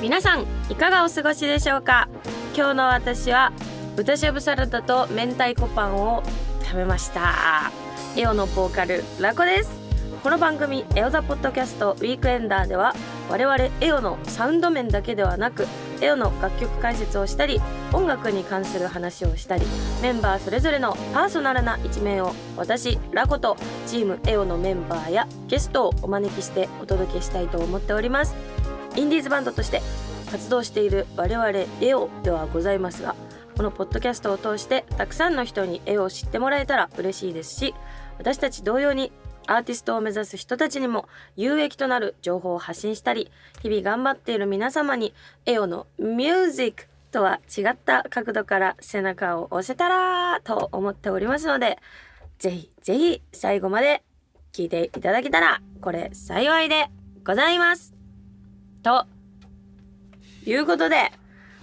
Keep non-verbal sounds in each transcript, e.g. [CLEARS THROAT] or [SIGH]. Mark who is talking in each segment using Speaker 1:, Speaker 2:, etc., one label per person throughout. Speaker 1: 皆さんいかがお過ごしでしょうか今日の私は豚しゃぶサラダと明太子パンを食べましたエオのボーカルラコですこの番組「エオザポッドキャストウィークエンダー」では我々エオのサウンド面だけではなくエオの楽曲解説をしたり音楽に関する話をしたりメンバーそれぞれのパーソナルな一面を私ラコとチームエオのメンバーやゲストをお招きしてお届けしたいと思っておりますインディーズバンドとして活動している我々エオではございますがこのポッドキャストを通してたくさんの人に絵を知ってもらえたら嬉しいですし私たち同様にアーティストを目指す人たちにも有益となる情報を発信したり日々頑張っている皆様にエオのミュージックとは違った角度から背中を押せたらと思っておりますのでぜひぜひ最後まで聞いていただけたらこれ幸いでございますということで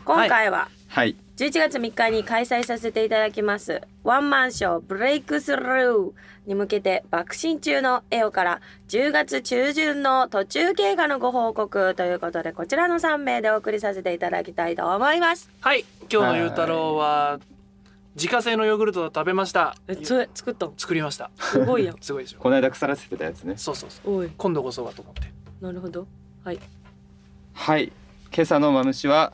Speaker 1: 今回は、
Speaker 2: はい
Speaker 1: 11月3日に開催させていただきますワンマンショーブレイクスルーに向けて爆心中のエオから10月中旬の途中経過のご報告ということでこちらの3名でお送りさせていただきたいと思います
Speaker 3: はい今日のゆうたろうは自家製のヨーグルトを食べました
Speaker 1: れ作ったの
Speaker 3: 作りました
Speaker 1: すごいやん
Speaker 3: すごいでしょ
Speaker 2: この間腐らせてたやつね
Speaker 3: そうそうそう
Speaker 1: [LAUGHS] おい
Speaker 3: 今度こそはと思って
Speaker 1: なるほどはい
Speaker 2: はい今朝のマムシは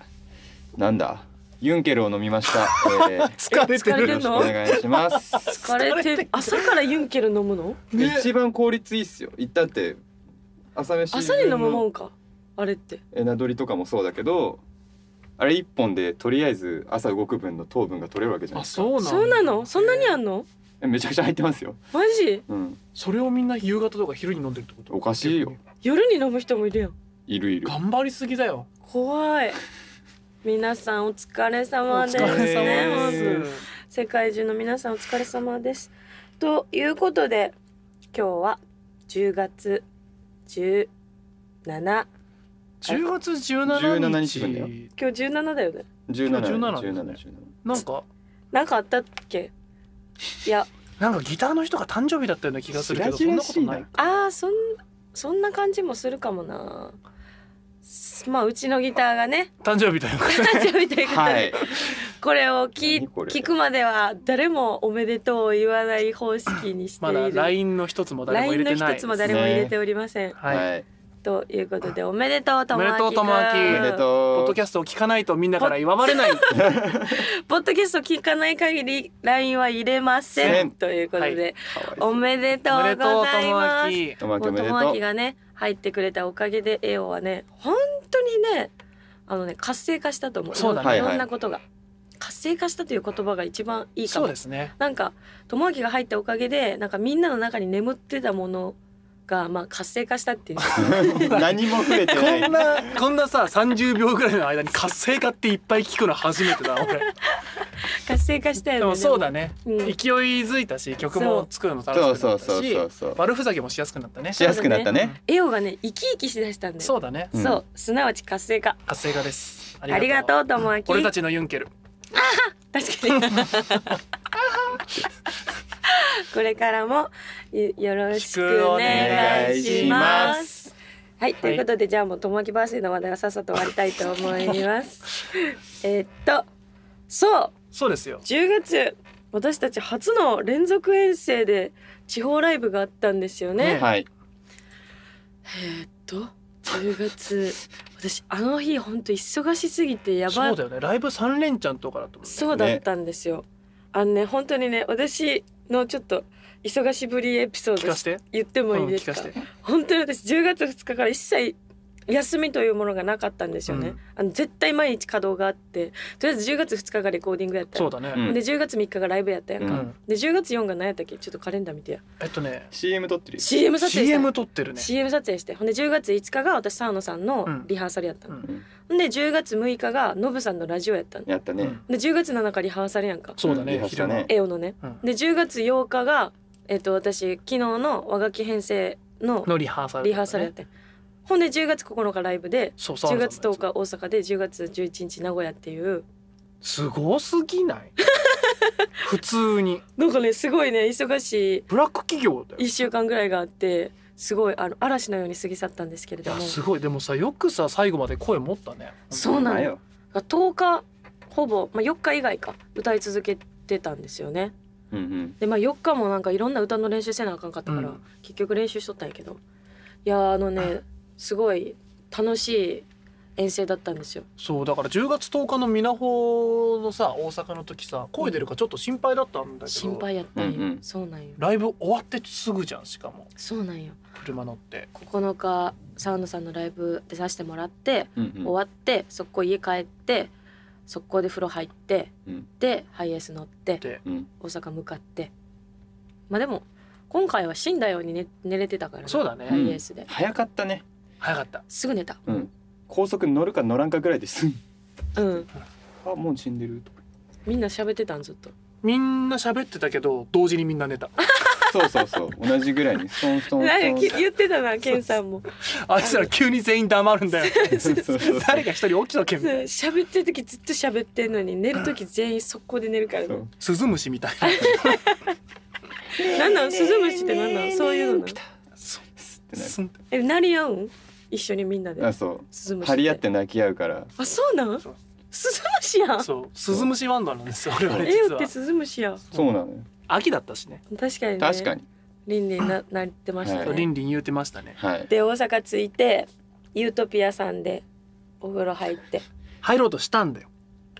Speaker 2: なんだユンケルを飲みました、え
Speaker 1: [LAUGHS]
Speaker 2: ー
Speaker 3: 疲
Speaker 1: れてる
Speaker 2: よろしくお願いします
Speaker 1: 疲れてる朝からユンケル飲む [LAUGHS] の
Speaker 2: 一番効率いいっすよいったって朝飯
Speaker 1: 朝に飲むもんかあれって
Speaker 2: えなどりとかもそうだけどあれ一本でとりあえず朝動く分の糖分が取れるわけじゃない
Speaker 3: あ
Speaker 2: ですか
Speaker 3: そうなの
Speaker 1: そうなのそんなにあんの
Speaker 2: えめちゃくちゃ入ってますよ、
Speaker 1: マジ
Speaker 2: うん、
Speaker 3: それをみんな夕方とか昼に飲んでるってこと
Speaker 2: おかしいよ
Speaker 1: 夜に飲む人もいるやん
Speaker 2: いるいる
Speaker 3: 頑張りすぎだよ
Speaker 1: 怖い皆さんお疲れ様です
Speaker 3: お疲れ様
Speaker 1: ね
Speaker 3: です
Speaker 1: 世界中の皆さんお疲れ様ですということで今日は10月17今
Speaker 3: 10月
Speaker 2: 17
Speaker 3: 17
Speaker 2: 日
Speaker 3: 日
Speaker 2: 分だよ
Speaker 1: 日17だよね
Speaker 2: 17
Speaker 3: 17
Speaker 2: 17
Speaker 3: なんか
Speaker 1: なんかあったっけいや
Speaker 3: なんかギターの人が誕生日だったような気がするけど
Speaker 2: し
Speaker 3: そ
Speaker 2: らじ
Speaker 3: ん
Speaker 2: ら
Speaker 3: な
Speaker 2: しいな
Speaker 3: ことない
Speaker 1: あーそんそんな感じもするかもなすまあうちのギターがね
Speaker 3: 誕生日だよ
Speaker 1: [LAUGHS] 誕生日ということで、
Speaker 2: はい
Speaker 1: これを聞
Speaker 2: 何これ
Speaker 1: 聞くまでは誰もおめでとうを言わない方式にしてい
Speaker 3: まだ
Speaker 1: る
Speaker 3: LINE の一つも誰も入
Speaker 1: LINE
Speaker 3: れ
Speaker 1: の
Speaker 3: てない
Speaker 1: 一つも誰も入れておりません、
Speaker 2: は、
Speaker 3: はいい、
Speaker 1: ということでおめでとうともあきくん
Speaker 3: おめでとうともあき
Speaker 2: おめでとう
Speaker 3: ポッドキャストを聞かないとみんなから祝われない
Speaker 1: ポッドキャスト聞かない限り LINE は入れませ
Speaker 2: せ
Speaker 1: ん
Speaker 2: ん
Speaker 1: ということで、
Speaker 2: かわ
Speaker 1: おめでと
Speaker 3: お
Speaker 1: う
Speaker 3: めで
Speaker 1: ご
Speaker 3: とう
Speaker 1: ざ
Speaker 3: と
Speaker 1: い
Speaker 3: も
Speaker 1: ま
Speaker 3: あ
Speaker 1: す。
Speaker 3: き
Speaker 2: いおまけおめで
Speaker 1: も
Speaker 2: と
Speaker 1: あ
Speaker 2: う
Speaker 1: きがね入ってくれたおかげでエオはね本当にねあのね活性化したと思う
Speaker 3: そうだ
Speaker 2: ね
Speaker 1: いろんなことが、活性化したという言葉が一番いいか
Speaker 3: そう
Speaker 1: も
Speaker 3: ですね
Speaker 1: なんか友明が入ったおかげでなんかみんなの中に眠ってたものがまあ活性化したっ
Speaker 3: [LAUGHS]
Speaker 1: ていう [LAUGHS]
Speaker 2: 何も触れてない
Speaker 3: こんな [LAUGHS] こんなさ30秒ぐらいの間に活性化っていっぱい聞くの初めてだ
Speaker 1: [LAUGHS]
Speaker 3: 俺
Speaker 1: 活性化したよね
Speaker 3: でもそう
Speaker 1: だ
Speaker 3: だね
Speaker 1: うん
Speaker 3: 勢いづいたし曲も作るの楽しく
Speaker 2: そ
Speaker 3: な
Speaker 2: う
Speaker 3: っ
Speaker 2: そう
Speaker 3: た
Speaker 2: そう
Speaker 3: し
Speaker 2: そうそう
Speaker 3: 悪ふざけもしやすくなったね
Speaker 2: しやすくなったね
Speaker 1: エオがね生き生きしだしたんだよ
Speaker 3: そうだね
Speaker 2: うん
Speaker 1: そうすなわち活性化
Speaker 3: 活性化です
Speaker 1: ありがとう友明
Speaker 3: 俺たちのユンケル
Speaker 1: 確かに [LAUGHS] これからもよよろしくお願いします
Speaker 2: す
Speaker 1: はい、ということでじゃあもう友明バースデーの話題はさっさと終わりたいと思います [LAUGHS] えっとそう
Speaker 3: そうですよ
Speaker 1: 10月私たち初の連続遠征で地方ライブがあったんですよね
Speaker 3: ね
Speaker 2: はい
Speaker 1: えっと10月私あの日本当忙しすぎてやば
Speaker 3: そうだよねライブ三連チャンとかだと思う
Speaker 1: そうだったんですよ。あのね本当にね私のちょっと忙しぶりエピソー
Speaker 3: 聞かせ
Speaker 1: ド
Speaker 3: て
Speaker 1: 言ってもいいです
Speaker 3: うん聞
Speaker 1: か
Speaker 3: かせて
Speaker 1: 本当に私10月2日から一切休みというものがなかったんですよね、
Speaker 3: うん
Speaker 1: あの絶対毎日稼働があってとりあえず10月2日がレコーディングやった
Speaker 3: そ
Speaker 1: や
Speaker 3: うんだ
Speaker 2: う
Speaker 3: ね
Speaker 2: ん
Speaker 1: で10月3日がライブやったやんか、
Speaker 2: う
Speaker 3: うん
Speaker 1: で10月4が何やったっけちょっとカレンダー見てや
Speaker 3: えっとね
Speaker 2: CM 撮ってるよ
Speaker 1: CM 撮影した
Speaker 3: CM 撮ってるね
Speaker 1: CM 撮影してほんで10月5日が私沢野さんのリハーサルやったの、
Speaker 3: うん
Speaker 1: ほんで10月6日がノブさんのラジオやったので
Speaker 2: やったね
Speaker 1: 10月7日リハーサルやんか
Speaker 3: そうだね
Speaker 2: リハしたね
Speaker 1: エオのね、
Speaker 3: うん
Speaker 1: で10月8日が、えっと私昨日の和楽器編成の
Speaker 3: のリハーサル
Speaker 1: リハーサルやって、ほんで10月9日ライブで
Speaker 3: そう
Speaker 1: 10月10日大阪で10月11日名古屋っていう
Speaker 4: すごすぎない [LAUGHS] 普通に
Speaker 1: なんかねすごいね忙しい
Speaker 4: ブラック企業だよ
Speaker 1: 1週間ぐらいがあってすごいあの嵐のように過ぎ去ったんですけれ
Speaker 4: い
Speaker 1: ど
Speaker 4: や
Speaker 1: も
Speaker 4: すごいでもさよくさ最後まで声持ったね
Speaker 1: そうなの
Speaker 2: ん
Speaker 1: よ。10日ほぼ、まあ、4日以外か歌い続けてたんですよね
Speaker 2: うんうん。
Speaker 1: でまあ4日もなんかいろんな歌の練習せなあかんかったから、
Speaker 4: うん
Speaker 1: 結局練習しとったんやけどいやーあの
Speaker 4: [LAUGHS]
Speaker 1: ねすごい楽しい遠征だったんですよ
Speaker 4: そうだから10月10日のみなほのさ大阪の時さ声出るかちょっと心配だったんだけど
Speaker 1: 心配やったんよ、
Speaker 2: うんうん
Speaker 1: そうなんよ
Speaker 4: ライブ終わってすぐじゃんしかも
Speaker 1: そうなんよ
Speaker 4: 車乗って
Speaker 1: 9日沢野さんのライブ出させてもらって、
Speaker 2: うんうん。
Speaker 1: 終わって速攻家帰って速攻で風呂入って、
Speaker 2: うん
Speaker 1: でハイエース乗って
Speaker 4: で
Speaker 2: うん
Speaker 1: 大阪向かってまあでも今回は死んだように寝寝れてたからね、
Speaker 4: そうだね
Speaker 1: ハイエースで、
Speaker 2: 早かったね。
Speaker 4: 早かった
Speaker 1: すぐ寝た
Speaker 2: うん。高速乗るか乗らんかぐらいです。
Speaker 1: うん
Speaker 2: あもう死んでるとか。
Speaker 1: みんな喋ってたんずっと
Speaker 4: みんな喋ってたけど同時にみんな
Speaker 1: [LAUGHS]
Speaker 4: 寝た
Speaker 2: そうそうそう。同じぐらいにストンストンス
Speaker 1: なんかき
Speaker 2: トン。
Speaker 1: 言ってたなケンさんも
Speaker 4: あいつら急に全員黙るんだよ
Speaker 2: そうそうそう
Speaker 4: 誰が一人起きとけみ
Speaker 1: そう
Speaker 4: たいな
Speaker 1: 喋ってる時ずっと喋ってんのに寝る時全員速攻で寝るから
Speaker 2: そ
Speaker 1: ね
Speaker 2: う
Speaker 4: スズムシみたい
Speaker 1: なんなんスズムシってなんなんそういうのなの
Speaker 4: なス
Speaker 2: って
Speaker 4: ン
Speaker 2: なる
Speaker 4: スン
Speaker 1: え鳴り合うん一緒にみんなで
Speaker 2: あそ
Speaker 1: スズ
Speaker 2: う。
Speaker 1: ムシ
Speaker 2: 張り合って泣き合うから。
Speaker 1: あそうなん
Speaker 4: そう
Speaker 1: スズムシ
Speaker 4: [LAUGHS]
Speaker 1: やん
Speaker 4: そうスズムシワンダーなんですよ俺はね
Speaker 1: エ
Speaker 4: 実
Speaker 1: オっ
Speaker 4: は
Speaker 1: てスズムシやん
Speaker 2: そうなのよ。
Speaker 4: 秋だったしね
Speaker 1: 確かにね
Speaker 2: 確かに。
Speaker 1: リンリンななってました
Speaker 2: は
Speaker 1: ね
Speaker 4: リンリン言うてましたね
Speaker 2: はい。
Speaker 1: で大阪着いてユートピアさんでお風呂入って
Speaker 4: 入ろうとしたんだよ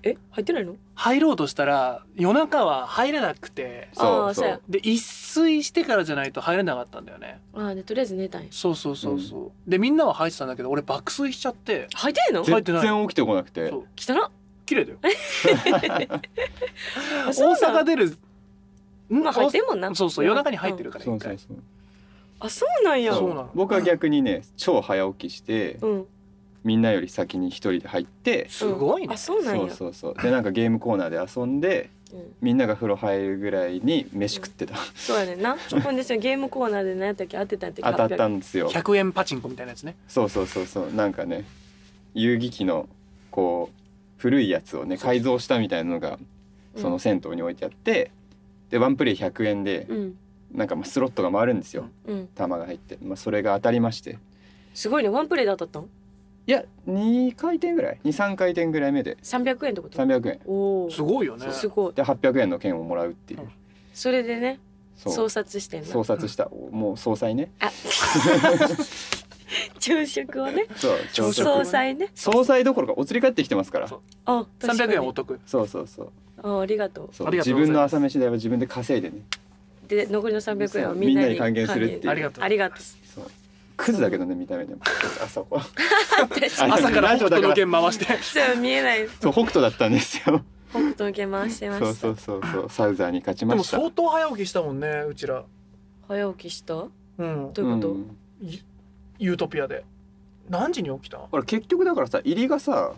Speaker 1: え入ってないの
Speaker 4: 入ろうとしたら夜中は入れなくて
Speaker 1: あ
Speaker 2: そ
Speaker 1: ー
Speaker 2: う
Speaker 1: そう
Speaker 2: そ
Speaker 1: や
Speaker 2: う。
Speaker 4: で一睡してからじゃないと入れなかったんだよね
Speaker 1: あーでとりあえず寝たんや
Speaker 4: そうそうそうそう、でみんなは入ってたんだけど俺爆睡しちゃって
Speaker 1: 入ってんの
Speaker 4: 入って
Speaker 2: 全
Speaker 4: ない
Speaker 2: 然起きてこなくて
Speaker 4: そ。う
Speaker 1: 汚っ
Speaker 4: 綺麗だよ
Speaker 1: あ [LAUGHS]
Speaker 4: 大
Speaker 1: そうなん
Speaker 4: 阪出るん
Speaker 1: まあ入ってんもんな
Speaker 4: そうそう夜中に入ってるから
Speaker 2: そ
Speaker 4: 一
Speaker 2: うそ
Speaker 4: 回
Speaker 2: うそう。
Speaker 1: あそうなんや
Speaker 4: そう
Speaker 1: う
Speaker 4: なの
Speaker 2: 僕は逆にね超早起きして
Speaker 1: ん
Speaker 2: みんなより先に一人で入って
Speaker 4: すごいね
Speaker 1: あそうなんや
Speaker 2: そうそうそうでなんかゲームコーナーで遊んで
Speaker 1: うん
Speaker 2: みんなが風呂入るぐらいに飯食ってた
Speaker 1: そうやねんなほんでそのゲームコーナーで何やったっけ当てたんやって
Speaker 2: 当たったんですよ
Speaker 4: 100円パチンコみたいなやつね
Speaker 2: そうそうそうそうなんかね遊戯機のこう古いやつをね改造したみたいなのがその銭湯に置いてあってでワンプレイ100円で
Speaker 1: うん
Speaker 2: なんかまあスロットが回るんですよ
Speaker 1: うん
Speaker 2: 玉が入って、まあ、それが当たりまして
Speaker 1: すごいねワンプレイで当たったの
Speaker 2: いや2回転ぐらい23回転ぐらい目で
Speaker 1: 300円ってこと
Speaker 2: 300円
Speaker 1: おお
Speaker 4: すごいよね
Speaker 1: すごい
Speaker 2: で800円の券をもらうっていう
Speaker 4: うん
Speaker 1: それでね
Speaker 2: そう
Speaker 1: 創殺してん
Speaker 2: 創
Speaker 1: の
Speaker 2: 殺したもう総裁ね
Speaker 1: あ [LAUGHS] 朝食をね
Speaker 2: そう
Speaker 4: 朝食
Speaker 1: 総裁ね
Speaker 2: 総裁どころかお釣り返ってきてますから
Speaker 4: そ
Speaker 2: そう
Speaker 1: あ確か
Speaker 4: 300
Speaker 1: に
Speaker 4: 円お得
Speaker 2: うそうそう
Speaker 1: あありがと
Speaker 2: そう
Speaker 4: ありがと
Speaker 2: 自
Speaker 4: うございます
Speaker 2: 分の朝飯代は自分で稼いでね
Speaker 1: うで残りの300円は
Speaker 2: そう
Speaker 1: みんなに
Speaker 2: みんなに還元するっていう
Speaker 4: ありがとう
Speaker 1: ありがとう [LAUGHS]
Speaker 2: そうクズだけどね見た目でもあそこ
Speaker 1: 私
Speaker 2: あ
Speaker 4: 朝から北斗の剣回して
Speaker 1: そう見えない
Speaker 2: そう北斗だったんですよ
Speaker 1: 北斗の剣回してま
Speaker 2: そう
Speaker 1: した
Speaker 2: そうそうそうサウザーに勝ち
Speaker 4: で
Speaker 2: ま
Speaker 4: も
Speaker 2: した
Speaker 4: 相当早起きしたもんねうちら
Speaker 1: 早起きしたど
Speaker 4: うん
Speaker 1: ういうこと、
Speaker 2: ん、
Speaker 4: ユユートピアで何時に起きた
Speaker 2: ほら結局だからさ入りがさ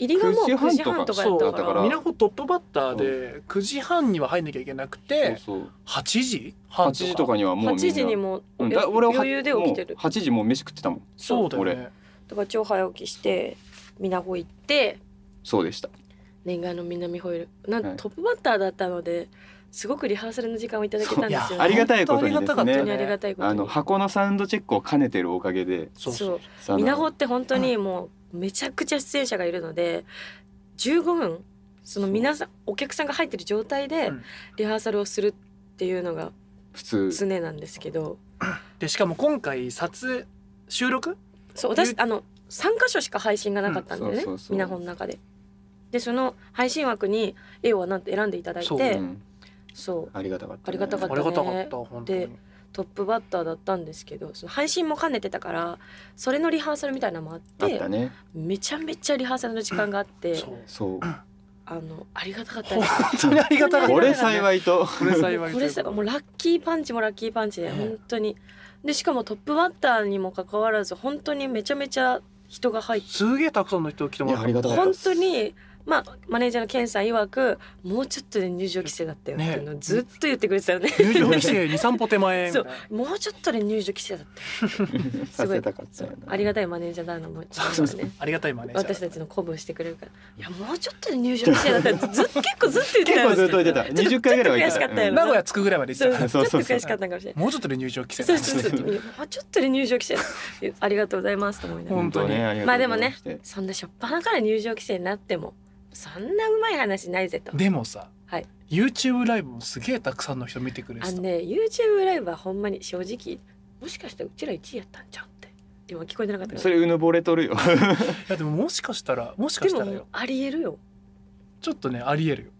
Speaker 1: 入りがもう9
Speaker 2: 9
Speaker 1: 時
Speaker 2: 時
Speaker 1: 半
Speaker 2: 半
Speaker 1: と
Speaker 2: と
Speaker 1: かや
Speaker 2: か
Speaker 4: そ
Speaker 1: っ
Speaker 4: う
Speaker 1: た
Speaker 2: だ
Speaker 1: か
Speaker 2: からら
Speaker 4: みなほトップバッターで9時半には入んなきゃいけなく
Speaker 2: そう
Speaker 4: て
Speaker 2: そう
Speaker 4: 8時
Speaker 2: 8
Speaker 4: 半
Speaker 2: 時とかにはもうみんな
Speaker 1: 8時にも
Speaker 2: うん
Speaker 1: よ
Speaker 2: だ俺は
Speaker 1: 余裕で起きてる
Speaker 2: もう8時もう飯食ってたもん
Speaker 4: そうだよね
Speaker 1: だから超早起きしてみなほ行って
Speaker 2: そうでした
Speaker 1: 念願の南ホイールなん、
Speaker 2: はい
Speaker 1: トップバッターだったのですごくリハーサルの時間をいただけたんですよ
Speaker 2: そう
Speaker 1: ね
Speaker 2: いやありがたいことに
Speaker 4: 本
Speaker 2: ですね
Speaker 4: 当あり
Speaker 1: 本
Speaker 4: が
Speaker 1: 当
Speaker 4: た
Speaker 1: に
Speaker 4: か
Speaker 1: あ
Speaker 4: っ
Speaker 1: りが
Speaker 4: たよね
Speaker 1: たいことに
Speaker 2: あの箱のサウンドチェックを兼ねてるおかげで
Speaker 4: そう
Speaker 1: そ
Speaker 4: そうう
Speaker 2: さあ
Speaker 1: みなほって本当にもうめちゃくちゃ出演者がいるので15分その皆さんお客さんが入ってる状態で
Speaker 4: うん
Speaker 1: リハーサルをするっていうのが
Speaker 2: 普通
Speaker 1: 常なんですけど、
Speaker 4: でしかも今回撮影収録
Speaker 1: そう私
Speaker 4: ゆ
Speaker 1: あの3箇所しか配信がなかったんで
Speaker 2: うん
Speaker 1: ね
Speaker 2: そうそうそう
Speaker 1: みなほの中で。でその配信枠に絵をなんて選んでいただいて
Speaker 4: そ
Speaker 1: そうう,、
Speaker 2: うんありがたかったね、
Speaker 1: ありがたか
Speaker 4: あ
Speaker 1: った
Speaker 4: りがたかった本当に
Speaker 1: でトップバッターだったんですけどその配信も兼ねてたからそれのリハーサルみたいなのもあって
Speaker 2: あったね
Speaker 1: めちゃめちゃリハーサルの時間があって、
Speaker 4: そう
Speaker 2: そう
Speaker 1: あのありがたかった
Speaker 4: 本
Speaker 1: です
Speaker 4: 当にありがたかった
Speaker 2: 俺幸
Speaker 4: い
Speaker 1: [LAUGHS]
Speaker 2: いと
Speaker 4: [LAUGHS] これ幸い
Speaker 1: これさもうラッキーパンチもラッキーパンチで
Speaker 4: うん
Speaker 1: 本当にでしかもトップバッターにもかかわらず本当にめちゃめちゃ人が入って
Speaker 4: すげえたくさんの人来て
Speaker 2: い
Speaker 4: も
Speaker 2: や
Speaker 4: らっ
Speaker 2: あ
Speaker 4: た
Speaker 2: りがたかった
Speaker 1: 本当にまあマネージャーのケンさん曰くもうちょっとで入場規制だったよっていうのをずっと言ってくれてたよね。
Speaker 4: 入場規制二三歩手前
Speaker 1: そうもうちょっとで入場規制だった
Speaker 2: させたかったよ
Speaker 1: そう
Speaker 2: な
Speaker 1: ありがたいマネージャーだなも
Speaker 4: そうそう
Speaker 1: ね
Speaker 4: ありがたいマネージャー
Speaker 1: 私たちの鼓舞してくれるから「いやもうちょっとで入場規制だったよ」ってずっと結構ずっと言ってた
Speaker 2: 結
Speaker 1: よ
Speaker 2: 構ずっと言ってた
Speaker 1: ちょと
Speaker 2: 20回ぐらいは言って
Speaker 1: ちょ
Speaker 2: た
Speaker 1: っと悔しかったよ
Speaker 4: 名古屋着くぐらいまで行
Speaker 1: そ
Speaker 4: っ
Speaker 1: う
Speaker 4: てた
Speaker 1: そうちょ
Speaker 2: そうそうそう
Speaker 1: っと悔しかったかもしれない。
Speaker 4: もうちょっとで入場規制
Speaker 1: そうそうそう。
Speaker 2: そう
Speaker 1: いやもうちょっとで入場規制だ。いやありがとうございますと思いながら。
Speaker 4: 本当に
Speaker 2: ねありがとう
Speaker 1: まあでもね
Speaker 2: ございま
Speaker 1: そんなしょっぱなから入場規制になってもそんなうまい話ないぜと。
Speaker 4: でもさ、
Speaker 1: はい
Speaker 4: YouTube ライブもすげえたくさんの人見てくれて
Speaker 1: あ
Speaker 4: た
Speaker 1: のね YouTube ライブはほんまに正直もしかしたらうちら1位やったんじゃんって今聞こえてなかったか
Speaker 2: してそ
Speaker 1: ら。
Speaker 2: れうぬぼれと
Speaker 1: [LAUGHS]
Speaker 2: るよ
Speaker 4: いやでももしかしたらもしか
Speaker 1: で
Speaker 4: したら
Speaker 1: も
Speaker 4: よ
Speaker 1: ありえるよ。
Speaker 4: ちょっとねありえるよ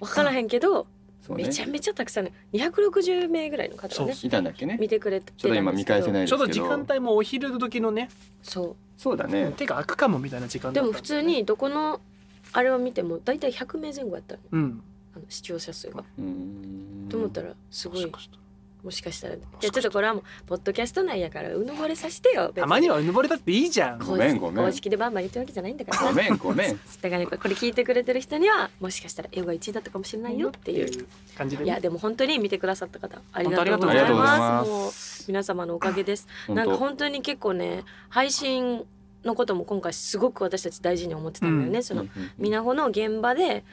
Speaker 1: わからへんけど、
Speaker 2: [LAUGHS] そうね
Speaker 1: めちゃめちゃたくさんの260名ぐらいの方がね
Speaker 4: そ
Speaker 2: いたんだっけね
Speaker 1: 見てくれてたんです
Speaker 2: ちょ
Speaker 1: けど
Speaker 2: っと今見返せないで
Speaker 4: ちょ
Speaker 2: す
Speaker 4: う
Speaker 2: け
Speaker 4: ど
Speaker 2: ど
Speaker 4: 時間帯もお昼時のね
Speaker 1: そう。
Speaker 2: そうだね
Speaker 4: 手が空くかもみたいな時間だ
Speaker 1: で
Speaker 4: った
Speaker 1: も
Speaker 4: んだ
Speaker 1: 普
Speaker 4: よね
Speaker 1: 通にどこのあれを見ても大体100名前後やったの
Speaker 4: うん
Speaker 1: あの視聴者数が。
Speaker 2: うーん
Speaker 1: と思ったらすご
Speaker 4: も
Speaker 1: い
Speaker 4: しかしたら
Speaker 1: もしかしたらね
Speaker 4: しかしたら
Speaker 1: じゃあちょっとこれはもうポッドキャスト内やからうぬぼれさせてよ
Speaker 4: たまに
Speaker 1: は
Speaker 4: はうぬぼれたっていいじゃん
Speaker 2: こごめんごめん
Speaker 1: 公式でバンバン言ってるわけじゃないんだから
Speaker 2: ご
Speaker 1: だ
Speaker 2: めんごめん
Speaker 1: からやっぱこれ聞いてくれてる人にはもしかしたら英語が1位だったかもしれないよっていう
Speaker 4: 感じで
Speaker 1: い
Speaker 4: ね
Speaker 1: やでも本当に見てくださった方あり
Speaker 4: 本当
Speaker 1: が
Speaker 4: あり
Speaker 1: とう
Speaker 4: がと
Speaker 1: ご
Speaker 4: うご
Speaker 1: ざ
Speaker 4: ざ
Speaker 1: い
Speaker 4: い
Speaker 1: ま
Speaker 2: ますす
Speaker 1: もう皆様のおかげです
Speaker 2: 本
Speaker 1: なんか
Speaker 2: 当
Speaker 1: 本当に結構ね配信のことも今回すごく私たち大事に思ってたんだよね、
Speaker 4: う
Speaker 1: その
Speaker 2: うんうんうん
Speaker 1: みなほの現場で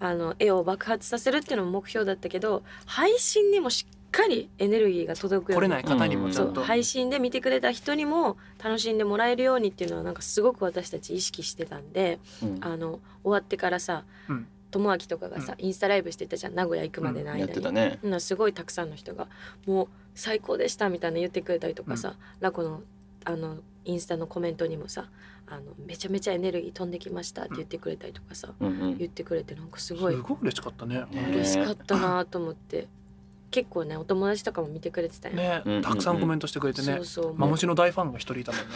Speaker 1: あの絵を爆発させるっていうのも目標だったけど配信にもしっかりエネルギーが届くよ
Speaker 4: 来
Speaker 1: う
Speaker 4: れ
Speaker 1: に
Speaker 4: ない方にもちゃ
Speaker 1: そうん
Speaker 4: と
Speaker 1: 配信で見てくれた人にも楽しんでもらえるようにっていうのはなんかすごく私たち意識してたんで
Speaker 2: うん
Speaker 1: あの終わってからさ
Speaker 4: うん
Speaker 1: 友明とかがさ、インスタライブしてたじゃん名古屋行くまでの
Speaker 2: や
Speaker 1: 間
Speaker 2: っ
Speaker 1: に、
Speaker 2: てたね
Speaker 1: うんすごいたくさんの人が「もう最高でした」みたいな言ってくれたりとかさ、ラコのあのインスタのコメントにもさ「あのめちゃめちゃエネルギー飛んできました」って言ってくれたりとかさ、
Speaker 2: うんうん
Speaker 1: 言ってくれてなんかす
Speaker 4: す
Speaker 1: ごい
Speaker 4: ごく嬉しかったね
Speaker 2: ね
Speaker 1: 嬉しかったなと思って結構ねお友達とかも見てくれてたよ、
Speaker 4: ね
Speaker 2: うんうんうん
Speaker 4: たくさんコメントしてくれて
Speaker 1: そ
Speaker 4: ね
Speaker 1: うそう
Speaker 4: マ
Speaker 1: も
Speaker 4: ム
Speaker 1: う
Speaker 4: シの大ファンが一人いたもんね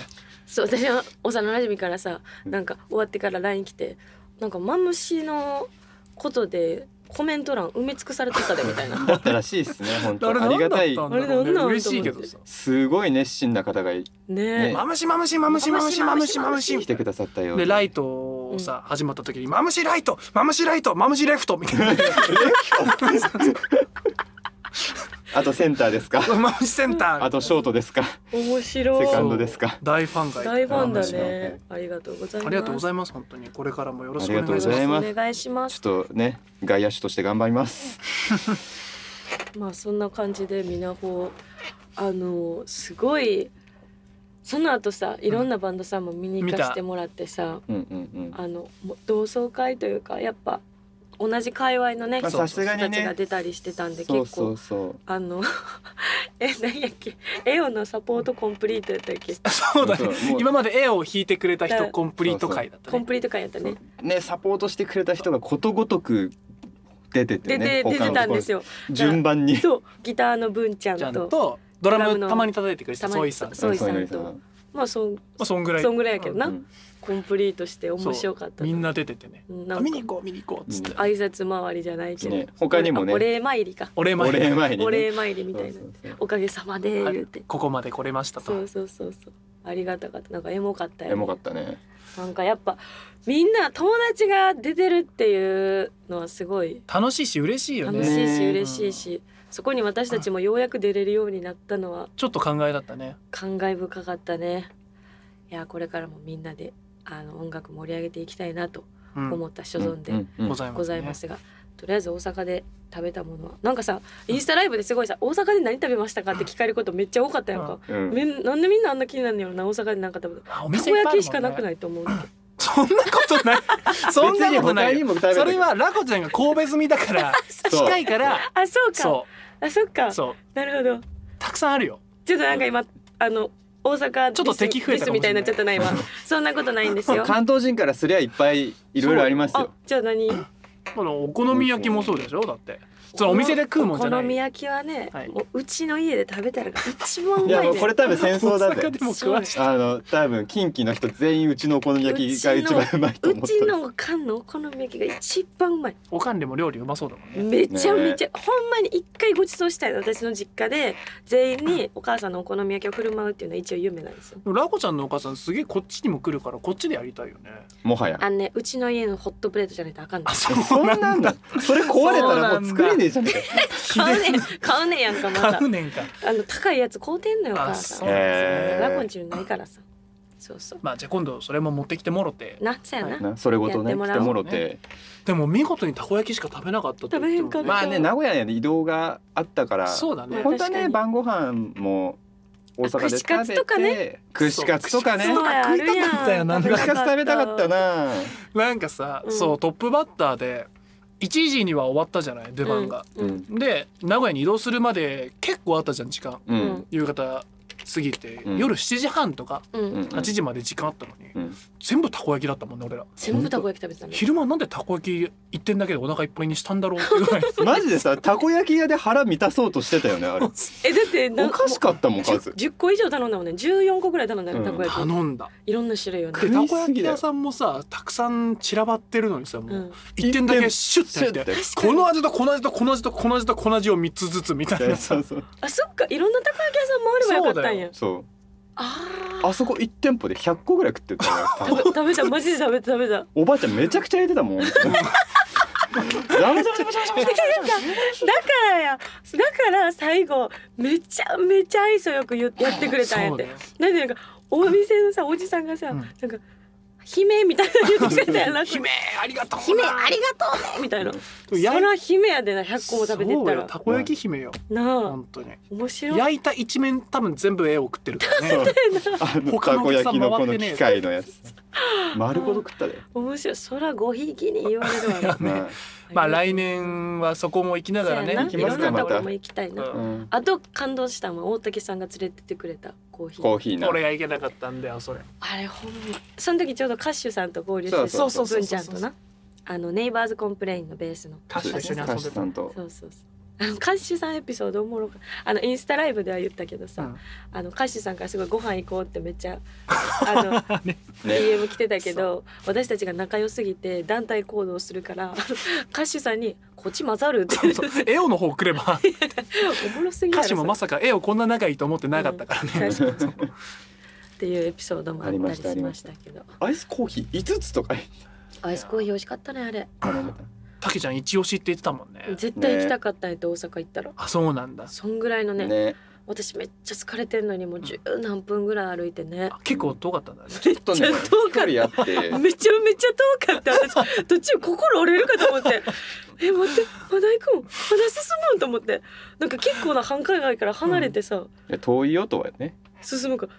Speaker 1: そう私は幼馴染からさなんか終わってから LINE 来てなんかマムシのことでコメント欄埋め尽くされてたでみたい
Speaker 2: [LAUGHS]
Speaker 1: な
Speaker 2: だったらしいですね本当
Speaker 4: [LAUGHS] あれ
Speaker 2: あ
Speaker 4: 何
Speaker 2: り
Speaker 4: だ
Speaker 2: が
Speaker 4: った
Speaker 2: い
Speaker 4: たんだろ
Speaker 1: あれ
Speaker 4: うね
Speaker 1: 何なん
Speaker 4: 嬉しいけどさ
Speaker 2: すごい熱心な方がい
Speaker 1: ねえ
Speaker 2: ね
Speaker 4: マムシマムシマムシマムシマムシマムシ
Speaker 2: 来てくださったよ
Speaker 4: でライトをさ始まった時に「マムシライトマムシライトマムシレフト」みた
Speaker 2: [LAUGHS]
Speaker 4: いな
Speaker 2: あとセンターですか
Speaker 4: 「マムシセンター」
Speaker 2: あとショート [LAUGHS] ですか
Speaker 1: 面白
Speaker 2: セ
Speaker 1: い
Speaker 2: カンドですか
Speaker 4: 大ファンがいて
Speaker 1: 大ファンだ
Speaker 2: そうなんで
Speaker 1: ね
Speaker 2: すよ
Speaker 1: ありがとうございます
Speaker 4: ありがとうございます本当にこれからもよろしくお
Speaker 2: ありがとう
Speaker 4: 願い
Speaker 2: ご
Speaker 4: し
Speaker 2: ざ
Speaker 4: ま
Speaker 2: いま
Speaker 4: す
Speaker 2: す
Speaker 1: お願いします
Speaker 2: ちょっとね外野手として頑張ります
Speaker 1: まあそんな感じでみなほあのすごいその後さいろんなバンドさんも見に行かせてもらってさ、
Speaker 2: うんうん
Speaker 1: あのもう同窓会というかやっぱ同じ界隈のね
Speaker 2: まあ
Speaker 1: 人た
Speaker 2: さすがにね
Speaker 1: ちが出たりしてたん
Speaker 2: うん
Speaker 1: で
Speaker 2: そう
Speaker 1: 結
Speaker 2: そう
Speaker 1: 構
Speaker 2: そう
Speaker 1: あの [LAUGHS] え何やっけエオのサポートコンプリートやったっけ
Speaker 4: そうだね
Speaker 2: もう
Speaker 4: 今まで絵を引いてくれた人コンプリート会だった
Speaker 1: コン
Speaker 4: ね
Speaker 1: プリート会やったね
Speaker 2: ねサポートしてくれた人がことごとく出てて
Speaker 1: で
Speaker 2: ね
Speaker 1: で出てたんです
Speaker 4: [LAUGHS]
Speaker 2: よ
Speaker 1: よ
Speaker 2: 順番に
Speaker 1: そうギターの文ちゃん
Speaker 4: ちゃん
Speaker 1: と
Speaker 4: とドラ
Speaker 1: ドラム
Speaker 4: ム
Speaker 1: の
Speaker 4: たまに叩いてくれ
Speaker 1: た
Speaker 4: た
Speaker 1: まに
Speaker 4: ソイさんま
Speaker 1: ソイさんと
Speaker 2: うん
Speaker 1: まあそん
Speaker 4: あそんぐらい
Speaker 1: そんぐらいやけどな、
Speaker 2: うん
Speaker 1: コンプリートして面白かった
Speaker 4: みんな出ててね
Speaker 1: うん
Speaker 4: あ
Speaker 1: なん
Speaker 4: 見
Speaker 1: か
Speaker 4: に行こう見に行こうっつって
Speaker 1: 挨拶回りじゃないけど、
Speaker 2: ね他にもね
Speaker 1: あお礼参りか
Speaker 4: お礼
Speaker 2: お
Speaker 4: 前
Speaker 2: 礼前にね
Speaker 1: お礼参りみたいな
Speaker 2: そうそうそう
Speaker 1: おかげさまで言って
Speaker 4: ここまで来れました
Speaker 1: そ
Speaker 4: と
Speaker 1: うそうそうそうありがたかったなんかエモかったよ、ね、
Speaker 2: エモかったね
Speaker 1: なんかやっぱみんな友達が出てるっていうのはすごい
Speaker 4: 楽しいし嬉しいよ
Speaker 1: 楽
Speaker 4: ね
Speaker 1: しいし
Speaker 2: ね
Speaker 1: 嬉しいし、そこに私たちもようやく出れるようになったのは
Speaker 4: ちょっと考えだったね
Speaker 1: 感慨深かったねいやこれからもみんなであの音楽盛り上げていきたいなと
Speaker 4: うん
Speaker 1: 思った所存で
Speaker 2: うんうん
Speaker 4: ございますね
Speaker 1: ございますが、とりあえず大阪で食べたものはなんかさインスタライブですごいさ「大阪で何食べましたか?」って聞かれることめっちゃ多かったやんか、
Speaker 2: うん
Speaker 1: みんなんでみんなあんな気になるのやろな大阪で何か食べた
Speaker 4: あお
Speaker 1: た
Speaker 4: 店
Speaker 1: こ
Speaker 4: いっぱ
Speaker 1: 焼
Speaker 4: いあるもんね
Speaker 1: きしかなくないと思うねんだけど
Speaker 4: そんなことない。そんなことない
Speaker 2: 別に他にも
Speaker 4: よ。
Speaker 2: 食べたけど
Speaker 4: それはラコちゃんが神戸住みだから
Speaker 2: う
Speaker 4: 近いから。
Speaker 1: あそうか
Speaker 4: そ
Speaker 1: あそっか
Speaker 4: うそう
Speaker 1: なるほど
Speaker 4: たくさんあるよ。
Speaker 1: ちょっとなんか今あの大阪
Speaker 4: ちょっと敵増
Speaker 1: で
Speaker 4: えた
Speaker 1: す
Speaker 4: かもしれない
Speaker 1: みたいになっちゃったな
Speaker 4: [LAUGHS]
Speaker 1: 今そんなことないんですよ
Speaker 2: 関東人からすりゃいっぱいいろいろあります
Speaker 1: あ
Speaker 2: よ
Speaker 1: じゃあ何
Speaker 4: このお好み焼きもそうでしょだって。そのお店で食うもんじゃな
Speaker 1: お好み
Speaker 4: い
Speaker 1: 焼きはね、
Speaker 4: はい
Speaker 1: もううちの家で食べたらが一番う
Speaker 2: い
Speaker 1: ま
Speaker 2: や
Speaker 1: い
Speaker 2: もう
Speaker 1: ね
Speaker 2: これ多分戦争だ
Speaker 4: 大阪
Speaker 2: ぜ
Speaker 4: でも食わし
Speaker 2: あの多分近畿の人全員うちのお好み焼きが一番うまいと思
Speaker 1: う
Speaker 2: っ
Speaker 1: ち
Speaker 2: てる
Speaker 1: の缶のお好み焼きが一番うまい
Speaker 4: おかんでも料理うまそうだもん
Speaker 1: め
Speaker 4: ね
Speaker 1: ちゃめちゃ、ほんまに一回ご馳走したいの私の実家で全員にお母さんのお好み焼きを振る舞うっていうのは一応夢なんですよ
Speaker 4: でもラコちゃんのお母さんすげえこっちにも来るからこっちでやりたいよね
Speaker 2: もはや
Speaker 1: あのねうちの家のホットプレートじゃないとあかんの
Speaker 4: あそ
Speaker 2: そん
Speaker 4: う
Speaker 2: な
Speaker 4: なん
Speaker 2: ん
Speaker 4: だ
Speaker 2: だそれ壊れたらもう作れねえじゃんか
Speaker 1: [LAUGHS] 買うねん買うねんやんかま
Speaker 4: 買
Speaker 1: た
Speaker 4: うねんか
Speaker 1: あの高いやつ買うてんのよお母
Speaker 4: あ
Speaker 1: さ
Speaker 4: そ
Speaker 1: ん
Speaker 4: うなんです
Speaker 2: へ
Speaker 4: ね
Speaker 2: ー
Speaker 1: ラコンチュないからさそうそう
Speaker 4: まあじゃあ今度それも持ってきてもろて
Speaker 1: なそうやな、
Speaker 2: なそれごとね
Speaker 1: やっても
Speaker 2: 来
Speaker 1: ら
Speaker 2: て
Speaker 1: おう
Speaker 2: もろて
Speaker 4: でも見事にたこ焼きしか食べなかったって言っても
Speaker 1: 食べへんかっ
Speaker 2: まあね名古屋で移動があったから
Speaker 4: そうだね
Speaker 1: まあ
Speaker 2: 本当は
Speaker 1: 確か
Speaker 2: ね
Speaker 1: に
Speaker 2: 晩ご飯も大阪で
Speaker 1: あ串カツとか
Speaker 2: 食べて串カツとかね
Speaker 1: そうやあるやん
Speaker 4: 食いたかったよなん
Speaker 2: 串
Speaker 4: だ
Speaker 2: カツ食べたかったな
Speaker 4: なんかさ、
Speaker 1: うん
Speaker 4: そうトップバッターで1時には終わったじゃない出番が、
Speaker 1: うん
Speaker 2: うん
Speaker 4: で名古屋に移動するまで結構あったじゃん時間
Speaker 2: う
Speaker 1: うん
Speaker 2: ん
Speaker 4: 夕方過ぎて、
Speaker 2: うん
Speaker 4: 夜7時半とか
Speaker 1: うん、
Speaker 2: うん
Speaker 4: 8時まで時間あったのに、
Speaker 2: うん
Speaker 4: 全部たこ焼きだったもんね俺ら
Speaker 1: 全部たこ焼き食べてたね
Speaker 4: 昼間なんでたこ焼き一点だけでお腹いっぱいにしたんだろうって
Speaker 2: [LAUGHS]
Speaker 4: ぐらい
Speaker 2: マジでさたこ焼き屋で腹満たそうとしてたよねあれ
Speaker 1: えだってな
Speaker 2: おかしかったもん数
Speaker 1: 10個以上頼んだもんね14個ぐらい頼んだよ、
Speaker 2: うん
Speaker 1: たこ焼き
Speaker 4: 頼ん
Speaker 2: [LAUGHS]
Speaker 4: だ
Speaker 1: いろんな種類をね
Speaker 4: で
Speaker 2: 食
Speaker 4: た
Speaker 2: い
Speaker 4: こ
Speaker 2: す
Speaker 4: 焼
Speaker 2: ぎ
Speaker 4: き
Speaker 2: だよ
Speaker 4: 屋さんもさたくさん散らばってるのにさ
Speaker 1: う、
Speaker 4: もうん一点だけシュッてやって
Speaker 2: シュッて
Speaker 4: この味とこの味とこの味とこの味とこの味を3つずつみたいなさ
Speaker 2: そうそう
Speaker 1: あそっかいろんなたこ焼き屋さん回ればよかったんや
Speaker 2: そう
Speaker 1: あー
Speaker 2: あそこ一店舗で100個ぐらい食ってたよ
Speaker 1: 食べ食べたマジで食べた食べた
Speaker 2: おばあちゃんめちゃくちゃ入れてたもんやめて
Speaker 1: だからやだから最後めちゃめちゃ愛想よく言ってやってくれたんやって、
Speaker 4: そうね
Speaker 1: なんでなんかお店のさおじさんがさ、
Speaker 4: うん
Speaker 1: なんか「姫」みたいな言ってくれた
Speaker 4: [LAUGHS]
Speaker 1: よな
Speaker 4: 姫ありがとう
Speaker 1: 姫ありがとうね」みたいなそ
Speaker 4: や
Speaker 1: ら姫やでな100個も食べてっ
Speaker 4: そう
Speaker 1: た
Speaker 4: よ
Speaker 1: ら
Speaker 4: たこ焼き姫よ
Speaker 1: なあ
Speaker 4: 本当に
Speaker 1: 面白い
Speaker 4: 焼いた一面多分全部絵を食ってるからね
Speaker 2: あのたこ焼きのこの機械のやつ丸ごと食ったで、
Speaker 1: 面白いそらごひいきに言われるわ
Speaker 2: ま
Speaker 4: まあ来年はそこも行きながらね
Speaker 1: そうやな
Speaker 2: 行きますか
Speaker 1: いろんなと
Speaker 2: ま
Speaker 1: こ
Speaker 2: た
Speaker 1: も行きたいな、
Speaker 4: う
Speaker 2: あうん
Speaker 1: あと感動したのは大竹さんが連れてってくれたコーヒー
Speaker 2: コーヒーな
Speaker 4: 俺が行けなかったんだよそれ
Speaker 1: あれほんまその時ちょうどカッシュさんと合流して
Speaker 2: そうそう
Speaker 4: そうそう
Speaker 1: 文ちゃんとなあのネイバーズコンプレインのベースの
Speaker 4: 歌手と一緒に遊んで
Speaker 2: 歌手さんと
Speaker 1: そうそうそうあのカッシュさんエピソードおもろかあのインスタライブでは言ったけどさ、
Speaker 4: うん
Speaker 1: あのカッシュさんからすごいご飯行こうってめっち [LAUGHS] ゃあ
Speaker 4: [LAUGHS]
Speaker 1: の、
Speaker 2: ね
Speaker 1: DM 来てたけど私たちが仲良すぎて団体行動するからカッシュさんに「こっち混ざる」って
Speaker 4: そうそう絵をの方
Speaker 1: [LAUGHS]
Speaker 4: くれば
Speaker 1: おもろすぎやろ
Speaker 4: 歌詞もまさか絵をこんな仲いいと思ってなかったからね、
Speaker 1: それ確かにっていうエピソードもあった
Speaker 2: あり
Speaker 1: り
Speaker 2: ました
Speaker 1: しましたけど
Speaker 2: アイスコーヒー五つとか
Speaker 1: アイスコーヒー美味しかったねあれ
Speaker 2: 頼めた
Speaker 4: たけちゃん一押しって言ってたもんね
Speaker 1: 絶対行きたかったんやって大阪行ったら、
Speaker 4: あそうなんだ
Speaker 1: そんぐらいのね
Speaker 2: ね
Speaker 1: 私めっちゃ疲れてんのにもう十何分ぐらい歩いてね
Speaker 4: あ結構遠かったんだね
Speaker 2: ちょっとね
Speaker 1: めっちゃ遠かった
Speaker 2: やって
Speaker 1: めちゃめちゃ遠かった私途中心折れるかと思って [LAUGHS] え待ってまだ行くんまだ進むんと思ってなんか結構な繁華街から離れてさ、
Speaker 2: いや遠いよとはね
Speaker 1: 進むから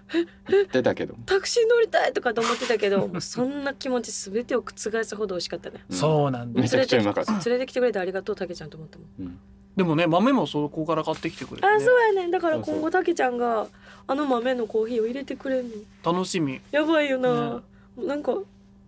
Speaker 2: 言ってたけど、
Speaker 1: タクシー乗りたいとかと思ってたけ
Speaker 2: [LAUGHS]
Speaker 1: どもうそんな気持ち全てを覆すほど美味しかったね
Speaker 2: うん
Speaker 4: そうなんだ
Speaker 2: めちゃくちゃうまかった
Speaker 1: 連れてきてくれてありがとうたけちゃんと思ったもん
Speaker 4: でもね豆もそこから買ってきてくれて、
Speaker 1: あ
Speaker 4: ね
Speaker 1: そう、やねんだから
Speaker 2: そうそう
Speaker 1: 今後たけちゃんがあの豆のコーヒーを入れてくれるの
Speaker 4: 楽しみ
Speaker 1: やばいよな
Speaker 4: ね、
Speaker 1: なんか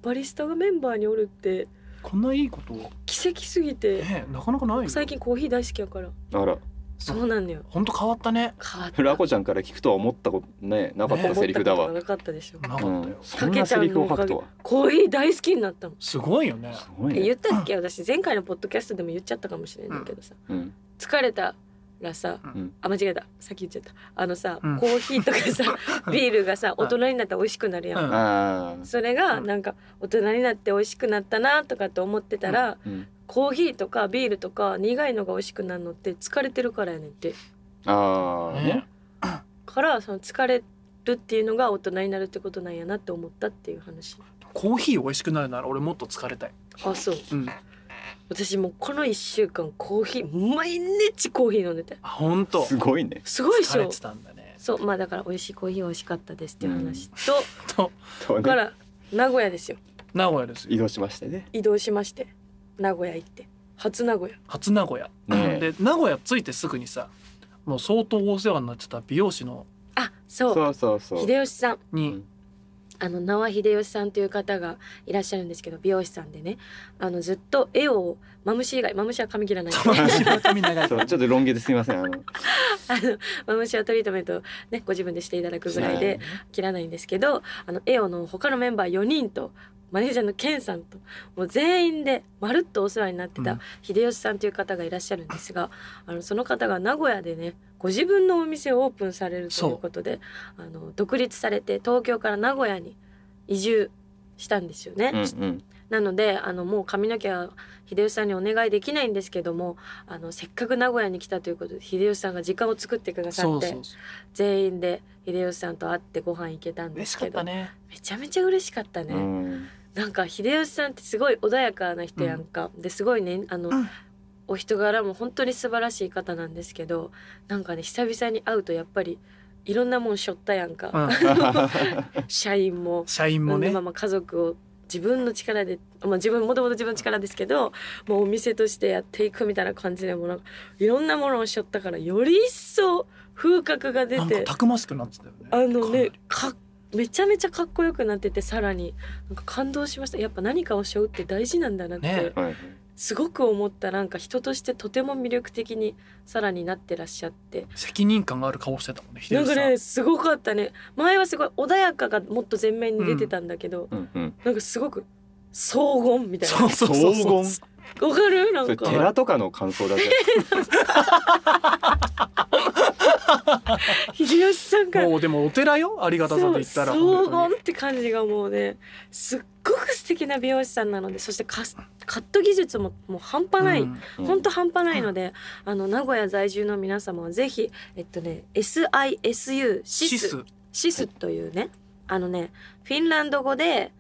Speaker 1: バリスタがメンバーにおるって
Speaker 4: こんないいことを
Speaker 1: 奇跡すぎて
Speaker 4: ねなかなかないよ
Speaker 1: 最近コーヒー大好きやから
Speaker 2: あら
Speaker 1: そうなんだよ
Speaker 4: ほんと変わったね
Speaker 1: 変わった
Speaker 2: ラコちゃんから聞くとは思ったことねなかったセリフだわ、
Speaker 1: 思ったことがなかったでしょ
Speaker 4: なかった
Speaker 2: う
Speaker 4: よ、
Speaker 2: ん、そんなセリフを吐くとは
Speaker 1: コーヒー大好きになったの
Speaker 4: すごいよね
Speaker 2: すごい
Speaker 1: え
Speaker 2: ね
Speaker 1: 言ったっけ私前回のポッドキャストでも言っちゃったかもしれないけどさ
Speaker 2: うん
Speaker 1: 疲れたらさ
Speaker 2: うん
Speaker 1: あ間違えたさっき言っちゃったあのさ
Speaker 4: うん
Speaker 1: コーヒーとかさビールがさ大人になったら美味しくなるやん
Speaker 4: うん
Speaker 2: ああ
Speaker 1: それがなんか大人になって美味しくなったなとかと思ってたら
Speaker 2: うん
Speaker 1: コーヒーとかビールとか苦いのが美味しくなるのって疲れてるからやねんって
Speaker 2: ああね
Speaker 4: ね
Speaker 1: からその疲れるっていうのが大人になるってことなんやなって思ったっていう話
Speaker 4: コーヒー美味しくなるなら俺もっと疲れたい、
Speaker 1: あそう
Speaker 4: うん、
Speaker 1: 私もうこの1週間コーヒー毎日コーヒー飲んでて
Speaker 4: あほんと
Speaker 2: すごいね
Speaker 1: すごいでし
Speaker 4: 疲れ
Speaker 1: ょ
Speaker 4: てたんだね
Speaker 1: そうまあだから美味しいコーヒー美味しかったですっていう話と、
Speaker 4: と
Speaker 2: と
Speaker 1: だか
Speaker 2: ね
Speaker 1: ら名古屋ですよ
Speaker 4: 名古屋ですよ
Speaker 2: 移動しましてね
Speaker 1: 移動しまして名古屋行って初名古屋
Speaker 4: 初名古屋、
Speaker 2: ねえ
Speaker 4: で名古屋着いてすぐにさもう相当お世話になってた美容師の
Speaker 1: あそう
Speaker 2: そうそうそう
Speaker 1: 秀吉さん
Speaker 4: に、
Speaker 2: うん
Speaker 1: あの縄秀吉さんという方がいらっしゃるんですけど美容師さんでねあのずっと絵をマムシ以外マムシは髪切らないんで
Speaker 4: 髪長い
Speaker 2: そうちょっとロン毛ですみませんあの
Speaker 1: あのマムシはトリートメントをねご自分でしていただくぐらいで切らないんですけどあのエオの他のメンバー4人とマネージャーのケンさんともう全員でまるっとお世話になって
Speaker 3: う
Speaker 1: た
Speaker 3: ん
Speaker 1: 秀吉さんという方がいらっしゃるんですが、あのその方が名古屋でねご自分のお店をオープンされるということであの独立されて東京から名古屋に移住したんですよね。
Speaker 2: うんうん
Speaker 1: なのであのもう髪の毛は秀吉さんにお願いできないんですけどもあのせっかく名古屋に来たということで秀吉さんが時間を作 [LAUGHS] ってくださって
Speaker 4: そうそうそ
Speaker 1: 全員で秀吉さんと会ってご飯行けたんで
Speaker 3: 嬉し
Speaker 1: す
Speaker 3: か
Speaker 1: け
Speaker 3: っ
Speaker 1: ど、
Speaker 3: たね
Speaker 1: めちゃめちゃ嬉しかったね、
Speaker 2: うん
Speaker 1: なんか秀吉さんってすごい穏やかな人やんか、ですごいねあの、
Speaker 3: うん
Speaker 1: お人柄も本当に素晴らしい方なんですけどなんかね久々に会うとやっぱりいろんなもんしょったやんか、
Speaker 4: う、うん、
Speaker 2: [LAUGHS]
Speaker 1: 社員も
Speaker 3: 社員もね
Speaker 1: まあまあ家族を自分の力で、まあ、自分もともと自分の力ですけどもうお店としてやっていくみたいな感じでもうなんかいろんなものをしょったからより一層風格が出
Speaker 3: なんか
Speaker 1: て
Speaker 3: たくましくなってたよね
Speaker 1: あのね
Speaker 3: か
Speaker 1: かめちゃめちゃかっこよくなっててさらになんか感動しましたやっぱ何かを背負うって大事なんだなって、
Speaker 3: ね
Speaker 2: はい
Speaker 1: すごく思ったなんか人としてとても魅力的にさらになってらっしゃって
Speaker 4: うん責任感がある顔してたもんね秀
Speaker 1: な
Speaker 4: 吉
Speaker 1: ん
Speaker 4: さ
Speaker 1: か
Speaker 4: ん
Speaker 1: ねすごかったね前はすごい穏やかがもっと前面に出てたんだけど、
Speaker 2: うんうん
Speaker 1: なんかすごく荘厳みたいな
Speaker 4: そうそうそう
Speaker 2: 荘
Speaker 4: そう
Speaker 2: 厳
Speaker 1: わかるな
Speaker 2: そ
Speaker 1: ん
Speaker 2: れ
Speaker 1: か
Speaker 2: 寺とかの感想だ
Speaker 1: [LAUGHS]
Speaker 2: ね
Speaker 1: 秀吉さんから
Speaker 4: もうでもお寺よありがたさで言ったら
Speaker 1: そう
Speaker 4: 本
Speaker 1: 荘
Speaker 4: 当に
Speaker 1: 厳って感じがもうねすっごく素敵な美容師さんなのでそしてカスカット技術ももう半端ない、
Speaker 4: うん
Speaker 1: ほんと半端ないので、あの名古屋在住の皆様はぜひえっとね SISU シ
Speaker 4: シ
Speaker 1: ス
Speaker 4: ス
Speaker 1: シスというねあのねフィンランド語で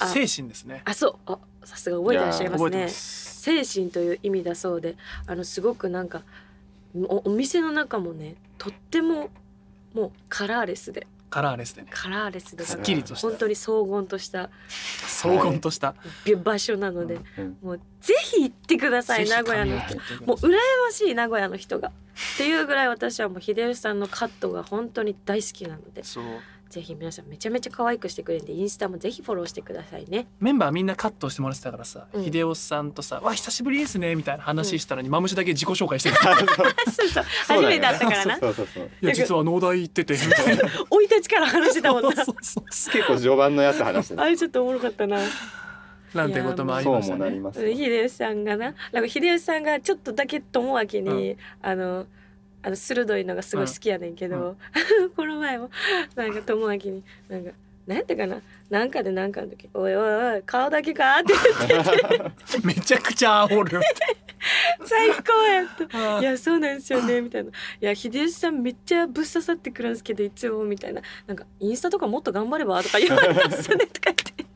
Speaker 1: あ
Speaker 4: 精神ですね
Speaker 1: あそうあさすが覚えてらっしゃいます
Speaker 4: 覚えて
Speaker 1: ね
Speaker 4: ます
Speaker 1: 精神という意味だそうであのすごくなんかおお店の中もねとってももうカラーレスで
Speaker 4: カラーレスでね
Speaker 1: カラーレスです
Speaker 4: っきりとし
Speaker 1: 本当に荘厳とした
Speaker 4: た荘厳とした
Speaker 1: 場所なので、
Speaker 2: うん
Speaker 1: もうぜひ行ってください
Speaker 4: ぜひ
Speaker 1: 名古屋の
Speaker 4: 神谷
Speaker 1: もう羨ましい名古屋の人がっていうぐらい私はもう秀吉さんのカットが本当に大好きなので
Speaker 4: そう
Speaker 1: ぜひ皆さんめちゃめちゃ可愛くしてくれるんでインスタもぜひフォローしてくださいね
Speaker 4: メンバーみんなカットしてもらってたからさ、
Speaker 1: うん
Speaker 4: 秀吉さんとさ「わ久しぶりですね」みたいな話したのに、マムシだけ自己紹
Speaker 1: [LAUGHS]
Speaker 4: 介してたい
Speaker 1: そうそう
Speaker 2: そう
Speaker 1: 初
Speaker 2: だ
Speaker 1: め
Speaker 2: よね
Speaker 1: て会ったからな
Speaker 2: [LAUGHS] そうそうそう
Speaker 4: や実は農大行っててみたいな
Speaker 1: 生い立ちから話してたもん
Speaker 2: [LAUGHS]
Speaker 1: な
Speaker 4: そうそうそ
Speaker 2: 結構序盤のやつ
Speaker 1: [LAUGHS]
Speaker 2: 話して
Speaker 1: あ
Speaker 2: た
Speaker 1: れちょっとおもろかったな
Speaker 4: うなんてこともあり
Speaker 2: そう
Speaker 4: まし
Speaker 2: も
Speaker 4: た
Speaker 2: な
Speaker 4: ね
Speaker 2: ります
Speaker 1: 秀吉さんがななんか秀吉さんがちょっとだけ友明に、あのあの鋭いのがすごい好きやねんけど、 [LAUGHS] この前もなんか友明になんか何やったかななんかでなんかの時「おいおいおい顔だけか?」って [LAUGHS]
Speaker 4: めちゃくちゃ煽る
Speaker 1: 最高やった [LAUGHS]
Speaker 4: あ
Speaker 1: い
Speaker 4: ー
Speaker 1: やそうなんですよねみたいな「いや秀吉さんめっちゃぶっ刺さってくるんですけどいつも」みたいな「なんかインスタとかもっと頑張れば」とか言われ [LAUGHS] たんですよねとか言って。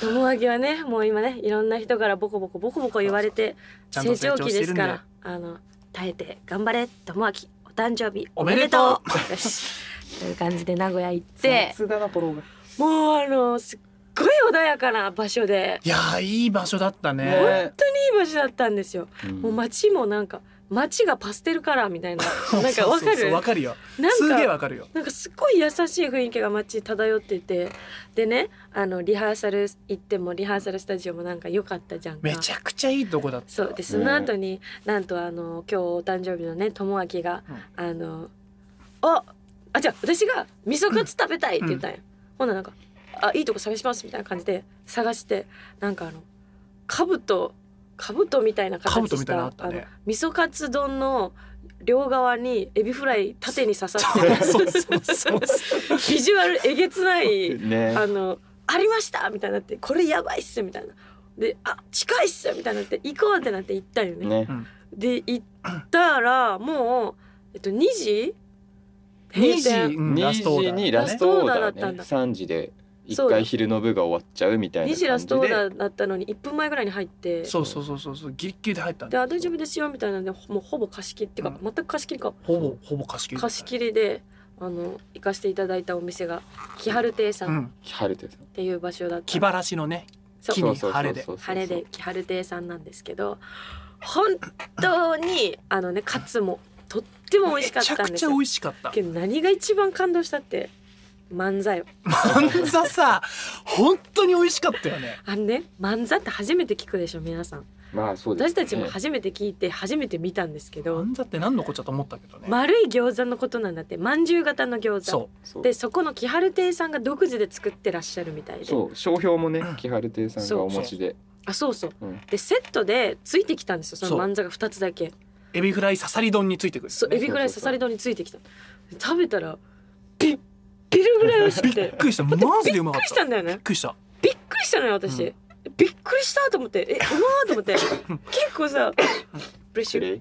Speaker 1: 友明はねもう今ねいろんな人からボコボコボコボコ言われて
Speaker 4: ちゃんと
Speaker 1: 成長期ですか
Speaker 4: 成
Speaker 1: らあの耐えて頑張れ友明お誕生日お
Speaker 4: お
Speaker 1: め
Speaker 4: め
Speaker 1: で
Speaker 4: で
Speaker 1: と
Speaker 4: と
Speaker 1: うよ [LAUGHS] しという感じで名古屋行って
Speaker 2: 雑だなフォローが
Speaker 1: もうあのすっごい穏やかな場所で
Speaker 4: いやーいい場所だったね
Speaker 2: ね
Speaker 1: いい場所だったんですよ。もう街もなんか街がパステルカラーみ
Speaker 4: [LAUGHS]
Speaker 1: たいななんかわか
Speaker 4: そうそう
Speaker 1: る
Speaker 4: わかるよすげえ
Speaker 1: なんか
Speaker 4: わかるよ
Speaker 1: なんかすごい優しい雰囲気が街に漂っててでねあのリハーサル行ってもリハーサルスタジオもなんか良かったじゃんか
Speaker 4: めちゃくちゃいいとこだった
Speaker 1: そうでその後に、なんとあの今日お誕生日のね友明が、あの「ああじゃあ私が味噌カツ食べたい」って言ったんや、ほんならなんか「あいいとこ探します」みたいな感じで探してなんかあの兜兜みたいな形
Speaker 4: 兜
Speaker 1: し
Speaker 4: みたいなのあった
Speaker 1: の
Speaker 4: ね
Speaker 1: 味噌カツ丼の両側にエビフライ縦に刺さってる
Speaker 4: そうそうそう
Speaker 1: ビジュアルえげつない
Speaker 4: [LAUGHS]
Speaker 2: ね
Speaker 1: あの「ありました!」みたいになって「これやばいっす」みたいな。で「あ近いっす」みたいになって「行こう」ってなって行ったんよね。
Speaker 2: ね
Speaker 1: で行ったらもう、えっと、2時
Speaker 4: 2
Speaker 1: 閉
Speaker 4: 時
Speaker 1: 店
Speaker 4: うん
Speaker 2: 2
Speaker 4: ラストオー
Speaker 2: 時
Speaker 4: ダー
Speaker 2: にラストオ
Speaker 1: ラストオ
Speaker 2: ー
Speaker 1: ーダーだ
Speaker 2: ダ
Speaker 1: った
Speaker 2: ー
Speaker 1: ん
Speaker 2: ね
Speaker 1: だ
Speaker 2: 3時で
Speaker 1: そ
Speaker 2: 一
Speaker 1: うだ
Speaker 2: 回昼の部が終わっちゃうみたいな
Speaker 1: 2時ラ
Speaker 2: 感
Speaker 1: ス
Speaker 2: じ
Speaker 1: トオー
Speaker 2: で
Speaker 1: ダーだったのに1分前ぐらいに入って
Speaker 4: そうそうそうそうそうギリッギリで入ったん
Speaker 1: で
Speaker 4: だ
Speaker 1: あ大丈夫ですよみたいなんでもうほぼ貸し切りっていうか、
Speaker 4: うん
Speaker 1: 全く貸し切りか
Speaker 4: ほぼほぼ貸し切りだった
Speaker 1: 貸し切りであの行かせていただいたお店が木春亭さ
Speaker 4: うん
Speaker 1: っ
Speaker 4: ん
Speaker 2: 晴れてた
Speaker 1: ていう場所だった、
Speaker 4: 気晴らしのね
Speaker 1: そう
Speaker 4: 木に晴れで
Speaker 2: そうそうそうそう
Speaker 1: 晴れで木春亭さんなんですけど本当にあのねカツもとっても美味しかったんです
Speaker 4: めちゃくちゃ美
Speaker 1: よ
Speaker 4: 味しかった
Speaker 1: けど何が一番感動したって漫才を
Speaker 3: 漫座さ本当に美味しかったよね
Speaker 1: あのね漫才って初めて聞くでしょ皆さん
Speaker 2: まあそうです、
Speaker 1: 私たちも初めて聞いて初めて見たんですけど
Speaker 4: 漫才って何のこっちゃと思ったけどね、
Speaker 1: 丸い餃子のことなんだってまんじゅう型の餃子
Speaker 4: そ
Speaker 2: そう
Speaker 1: でそこの木春亭さんが独自で作ってらっしゃるみたいで
Speaker 2: そう商標もね木春亭さんがお持ちで
Speaker 1: あそうそう、
Speaker 2: うん
Speaker 1: でセットでついてきたんですよその
Speaker 4: そう
Speaker 1: 漫才が2つだけ
Speaker 4: うエビフライささり丼についてくる、ね、
Speaker 1: そうエビぐらい刺さり丼についてきた食べたらびっびるぐらい美味しく
Speaker 4: びってくりしたマジでうま
Speaker 1: びっ
Speaker 4: か
Speaker 1: く
Speaker 4: っ
Speaker 1: りしたたんだよね
Speaker 4: びっくりした
Speaker 1: びっくりしたのよ私、
Speaker 4: うん
Speaker 1: びっくりしたと思ってえうまーと思って
Speaker 4: [LAUGHS]
Speaker 1: 結構さブレッシ
Speaker 2: 綺
Speaker 1: ュ
Speaker 2: 麗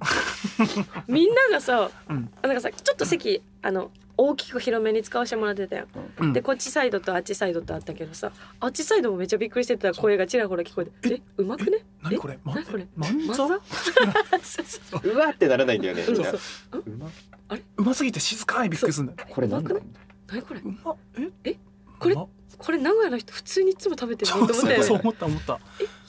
Speaker 1: みんながさ、
Speaker 4: うん
Speaker 1: なんかさちょっと席あの大きく広めに使わせてもらってたよ、
Speaker 4: うん
Speaker 1: でこっちサイドとあっちサイドとあったけどさあっちサイドもめっちゃびっくりしてた声がちらほら聞こえてえうまくね
Speaker 4: 何これま
Speaker 1: 何これ
Speaker 4: 漫
Speaker 1: ま
Speaker 4: 才
Speaker 1: ざ
Speaker 4: [LAUGHS]
Speaker 2: うわってならないんだよね
Speaker 1: そう
Speaker 2: み
Speaker 1: そ
Speaker 2: んな
Speaker 1: う
Speaker 2: うま
Speaker 4: うますぎて静かにびっくりすんだよ
Speaker 2: これなん
Speaker 1: う
Speaker 2: だ
Speaker 1: まく何これ
Speaker 4: うまえ
Speaker 1: えこれ
Speaker 4: うま
Speaker 1: これ名古屋の人普通にいつも食べてる
Speaker 4: そ
Speaker 1: ね
Speaker 4: う
Speaker 1: と思ったよ
Speaker 4: そ
Speaker 1: ね
Speaker 4: うそう思った思った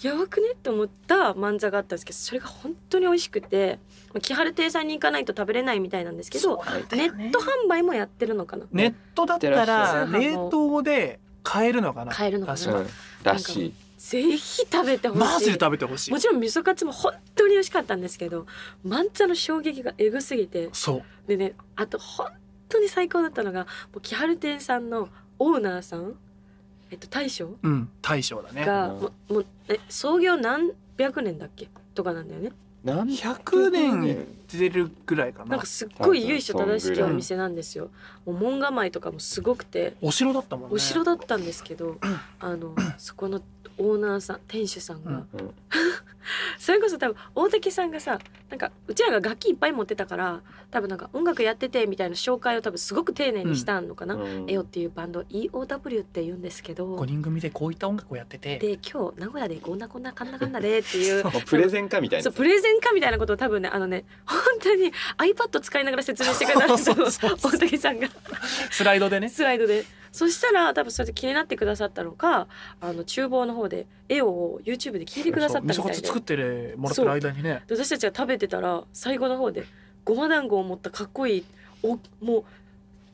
Speaker 1: やばくねって思った漫才があったんですけどそれが本当に美味しくてまあ木春亭さんに行かないと食べれないみたいなんですけどネット販売もやってるのかな
Speaker 4: ネットだった
Speaker 1: テ
Speaker 4: ら
Speaker 1: ラス
Speaker 4: 冷凍で買えるのかな
Speaker 1: 買えるのかな
Speaker 4: 確
Speaker 2: う
Speaker 4: か
Speaker 2: んらしい
Speaker 1: ぜひ食べてほしい
Speaker 4: マジで食べてほしい
Speaker 1: もちろん味噌カツも本当に美味しかったんですけど漫才の衝撃がえぐすぎて
Speaker 4: そう
Speaker 1: でねあと本当に最高だったのがもう木春亭さんのオーナーさんえっと大将
Speaker 4: うん大将だね
Speaker 1: が
Speaker 2: う
Speaker 1: も
Speaker 2: ん
Speaker 1: うもうえ創業何百年だっけとかなんだよね
Speaker 2: 何
Speaker 4: 100年いってるぐらいか
Speaker 1: な
Speaker 4: なん
Speaker 1: かすっごい由緒正しきお店なんですよ。もう門構えとかもすごくて、
Speaker 4: お城だったもんね
Speaker 1: お城だったんですけど、あのそこのオーナーさん、店主さんが、
Speaker 2: うんうん
Speaker 1: それこそ多分大竹さんがさ、なんかうちらが楽器いっぱい持ってたから、多分なんか音楽やっててみたいな紹介を多分すごく丁寧にしたのかな。
Speaker 2: うん
Speaker 1: エオっていうバンド EOW って言うんですけ
Speaker 4: 5
Speaker 1: ど。
Speaker 4: 人組でこういった音楽をやってて
Speaker 1: で今日名古屋でこんなこんなかんなかんなでっていう
Speaker 2: もうプレゼンかみたい
Speaker 1: そ
Speaker 2: な
Speaker 1: うプレゼンかみたいなことを多分ねあのね本当に iPad 使いながら説明してくれたんですよ
Speaker 4: [LAUGHS] そうそうそう
Speaker 1: 大竹さんが
Speaker 4: スライドでね
Speaker 1: スライドでそしたら多分それで気になってくださったのかあの厨房の方で絵を YouTube で聞いてくださったみ
Speaker 4: そう
Speaker 1: た
Speaker 4: 味
Speaker 1: い
Speaker 4: 噌カツ
Speaker 1: で
Speaker 4: 作ってるもらってる間にね
Speaker 1: で私たちが食べてたら最後の方でごま団子を持ったかっこいいおもう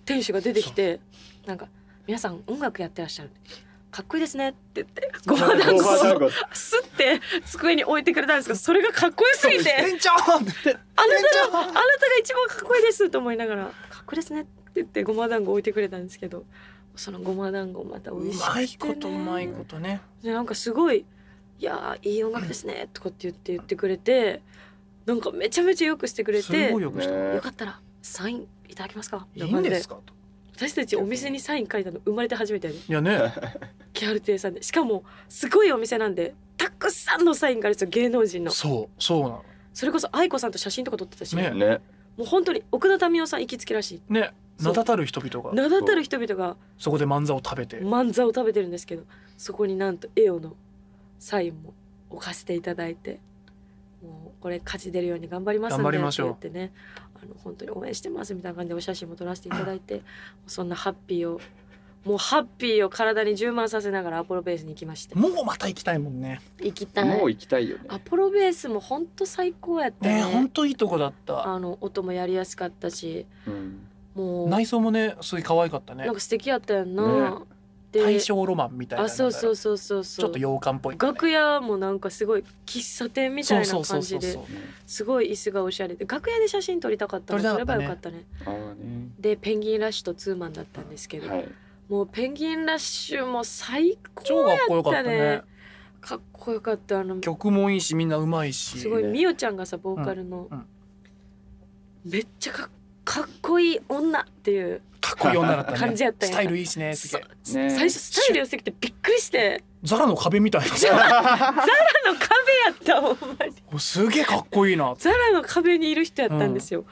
Speaker 1: 店主が出てきてなんか「皆さん音楽やってらっしゃる」かっこいいですねって言ってごま団
Speaker 2: ごま団
Speaker 1: 子を
Speaker 2: 子
Speaker 1: すって机に置いてくれたんですけどそれがかっこよすぎて
Speaker 4: 店長って
Speaker 1: あなたがあなたが一番かっこいいですと思いながら「かっこいいですね」って言ってごま団子置いてくれたんですけどそのごま団子また美
Speaker 4: [LAUGHS] う
Speaker 1: 味しくて、ね、
Speaker 4: まいことうまいことね
Speaker 1: でなんかすごい「いやーいい音楽ですね」とかって言って言ってくれてなんかめちゃめちゃよくしてくれ
Speaker 4: す
Speaker 1: て「
Speaker 4: ごいよくした
Speaker 1: よ
Speaker 2: ね
Speaker 1: かったらサインいただけますか?」
Speaker 4: いいんですかと
Speaker 1: 私たちお店にサイン書いたの生まれて初めてやで
Speaker 4: いやね
Speaker 1: キャルテさんでしかもすごいお店なんでたくさんのサインがあるんですよ芸能人の
Speaker 4: そうそうなの
Speaker 1: それこそ愛子さんと写真とか撮ってたし、
Speaker 4: ね
Speaker 2: ね
Speaker 1: もう本当に奥田民生さん行きつけらしい
Speaker 4: ね
Speaker 1: そう
Speaker 4: 名だたる人々が
Speaker 1: 名だたる人々が
Speaker 4: そこで漫才を食べて
Speaker 1: 漫才を食べてるんですけどそこになんとエオのサインも置かせていただいてもうこれ勝ち出るように頑張りますん
Speaker 4: 頑張
Speaker 1: で
Speaker 4: り
Speaker 1: っ
Speaker 4: ま
Speaker 1: て
Speaker 4: しょう
Speaker 1: 言ってねあの本当に応援してますみたいな感じでお写真も撮らせていただいてそんなハッピーをもうハッピーを体に充満させながらアポロベースに行きまして
Speaker 4: もうまた行きたいもんね
Speaker 1: 行きたい
Speaker 2: もう行きたいよね
Speaker 1: アポロベースも本当最高やった
Speaker 4: ねほん
Speaker 1: ね
Speaker 4: といいとこだった
Speaker 1: あの音もやりやすかったし
Speaker 2: うん
Speaker 1: もう
Speaker 4: 内装もねすごい可愛かったね
Speaker 1: なんか素敵やったやんな、
Speaker 2: ね
Speaker 1: で
Speaker 4: 大正ロマンみたいな
Speaker 1: あそうそううそうそうそう
Speaker 4: ちょっと洋館っぽい感じ
Speaker 1: 楽屋もなんかすごい喫茶店みたいな感じです
Speaker 4: う
Speaker 1: ごい椅子がおしゃれで楽屋で写真撮りたかったの
Speaker 4: 撮りた
Speaker 1: 撮
Speaker 4: か
Speaker 1: れ
Speaker 4: っ
Speaker 1: ば
Speaker 4: たね
Speaker 1: よかったね
Speaker 2: ああね
Speaker 1: でペンギンラッシュとツーマンだったんですけど、
Speaker 2: はい
Speaker 1: もうペンギンラッシュも最
Speaker 4: 超
Speaker 1: 高
Speaker 4: か
Speaker 1: や
Speaker 4: っこよ
Speaker 1: っ
Speaker 4: かったた
Speaker 1: ね
Speaker 4: ね
Speaker 1: かっこよかったあの
Speaker 4: 曲もいいしみんなうまいし
Speaker 1: すごいみおちゃんがさボーカルの、
Speaker 4: うん
Speaker 1: めっちゃかっかっこいい女っていう
Speaker 4: かっこいい女だったね
Speaker 1: 感じやったん
Speaker 4: ス
Speaker 1: や
Speaker 4: タイルいいしねす
Speaker 1: そ
Speaker 4: げ
Speaker 1: う
Speaker 4: え
Speaker 2: ね
Speaker 1: 最初スタイル良すぎてびっくりして
Speaker 4: ザラの壁みたい
Speaker 1: ザラの壁やったほんまに
Speaker 4: な [LAUGHS] すげえかっこいいな
Speaker 1: ザラの壁にいる人やったんですよ、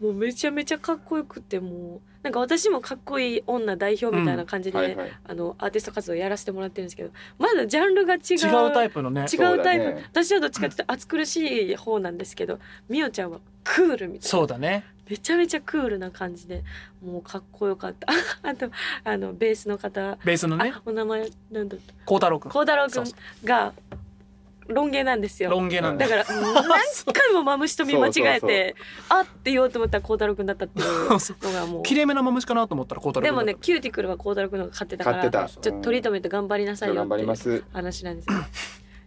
Speaker 1: もうめちゃめちゃかっこよくてもうなんか私もかっこいい女代表みたいな感じで、
Speaker 2: はいはい
Speaker 1: あのアーティスト活動やらせてもらってるんですけどまだジャンルが違う
Speaker 4: 違うタイプのね
Speaker 1: 違
Speaker 2: そうう
Speaker 1: タ
Speaker 2: だ
Speaker 1: イ
Speaker 2: ね
Speaker 1: プ、私はどっちかっていうと暑苦しい方なんですけどみおちゃんはクールみたいな
Speaker 4: そうだね
Speaker 1: めちゃめちゃクールな感じでもうかっこよかった [LAUGHS] あとあのベースの方、
Speaker 4: ベースのね
Speaker 1: あお名前なんだった
Speaker 4: 孝太郎くん
Speaker 1: 孝太郎く
Speaker 4: そうんそ
Speaker 1: がロン毛なんです
Speaker 4: ロ
Speaker 1: よ
Speaker 4: ン毛なん
Speaker 1: だ [LAUGHS]
Speaker 4: で
Speaker 1: から何回もマムシと見間違えて [LAUGHS] あって言おうと思ったら孝太郎くんだったっていうのがもう
Speaker 4: 綺麗めなマムシかなと思ったらコウタロ
Speaker 1: で
Speaker 4: ウ
Speaker 1: も
Speaker 4: 君だ
Speaker 1: ね
Speaker 4: っ
Speaker 1: キューティクルは孝太郎くんの方が買ってたか
Speaker 2: 買って
Speaker 1: ら
Speaker 2: た
Speaker 1: ちょっとトリートメント頑張りなさいよ
Speaker 2: 頑張
Speaker 1: って
Speaker 2: り
Speaker 1: い
Speaker 2: ま
Speaker 1: う
Speaker 2: す
Speaker 1: 話なんですよ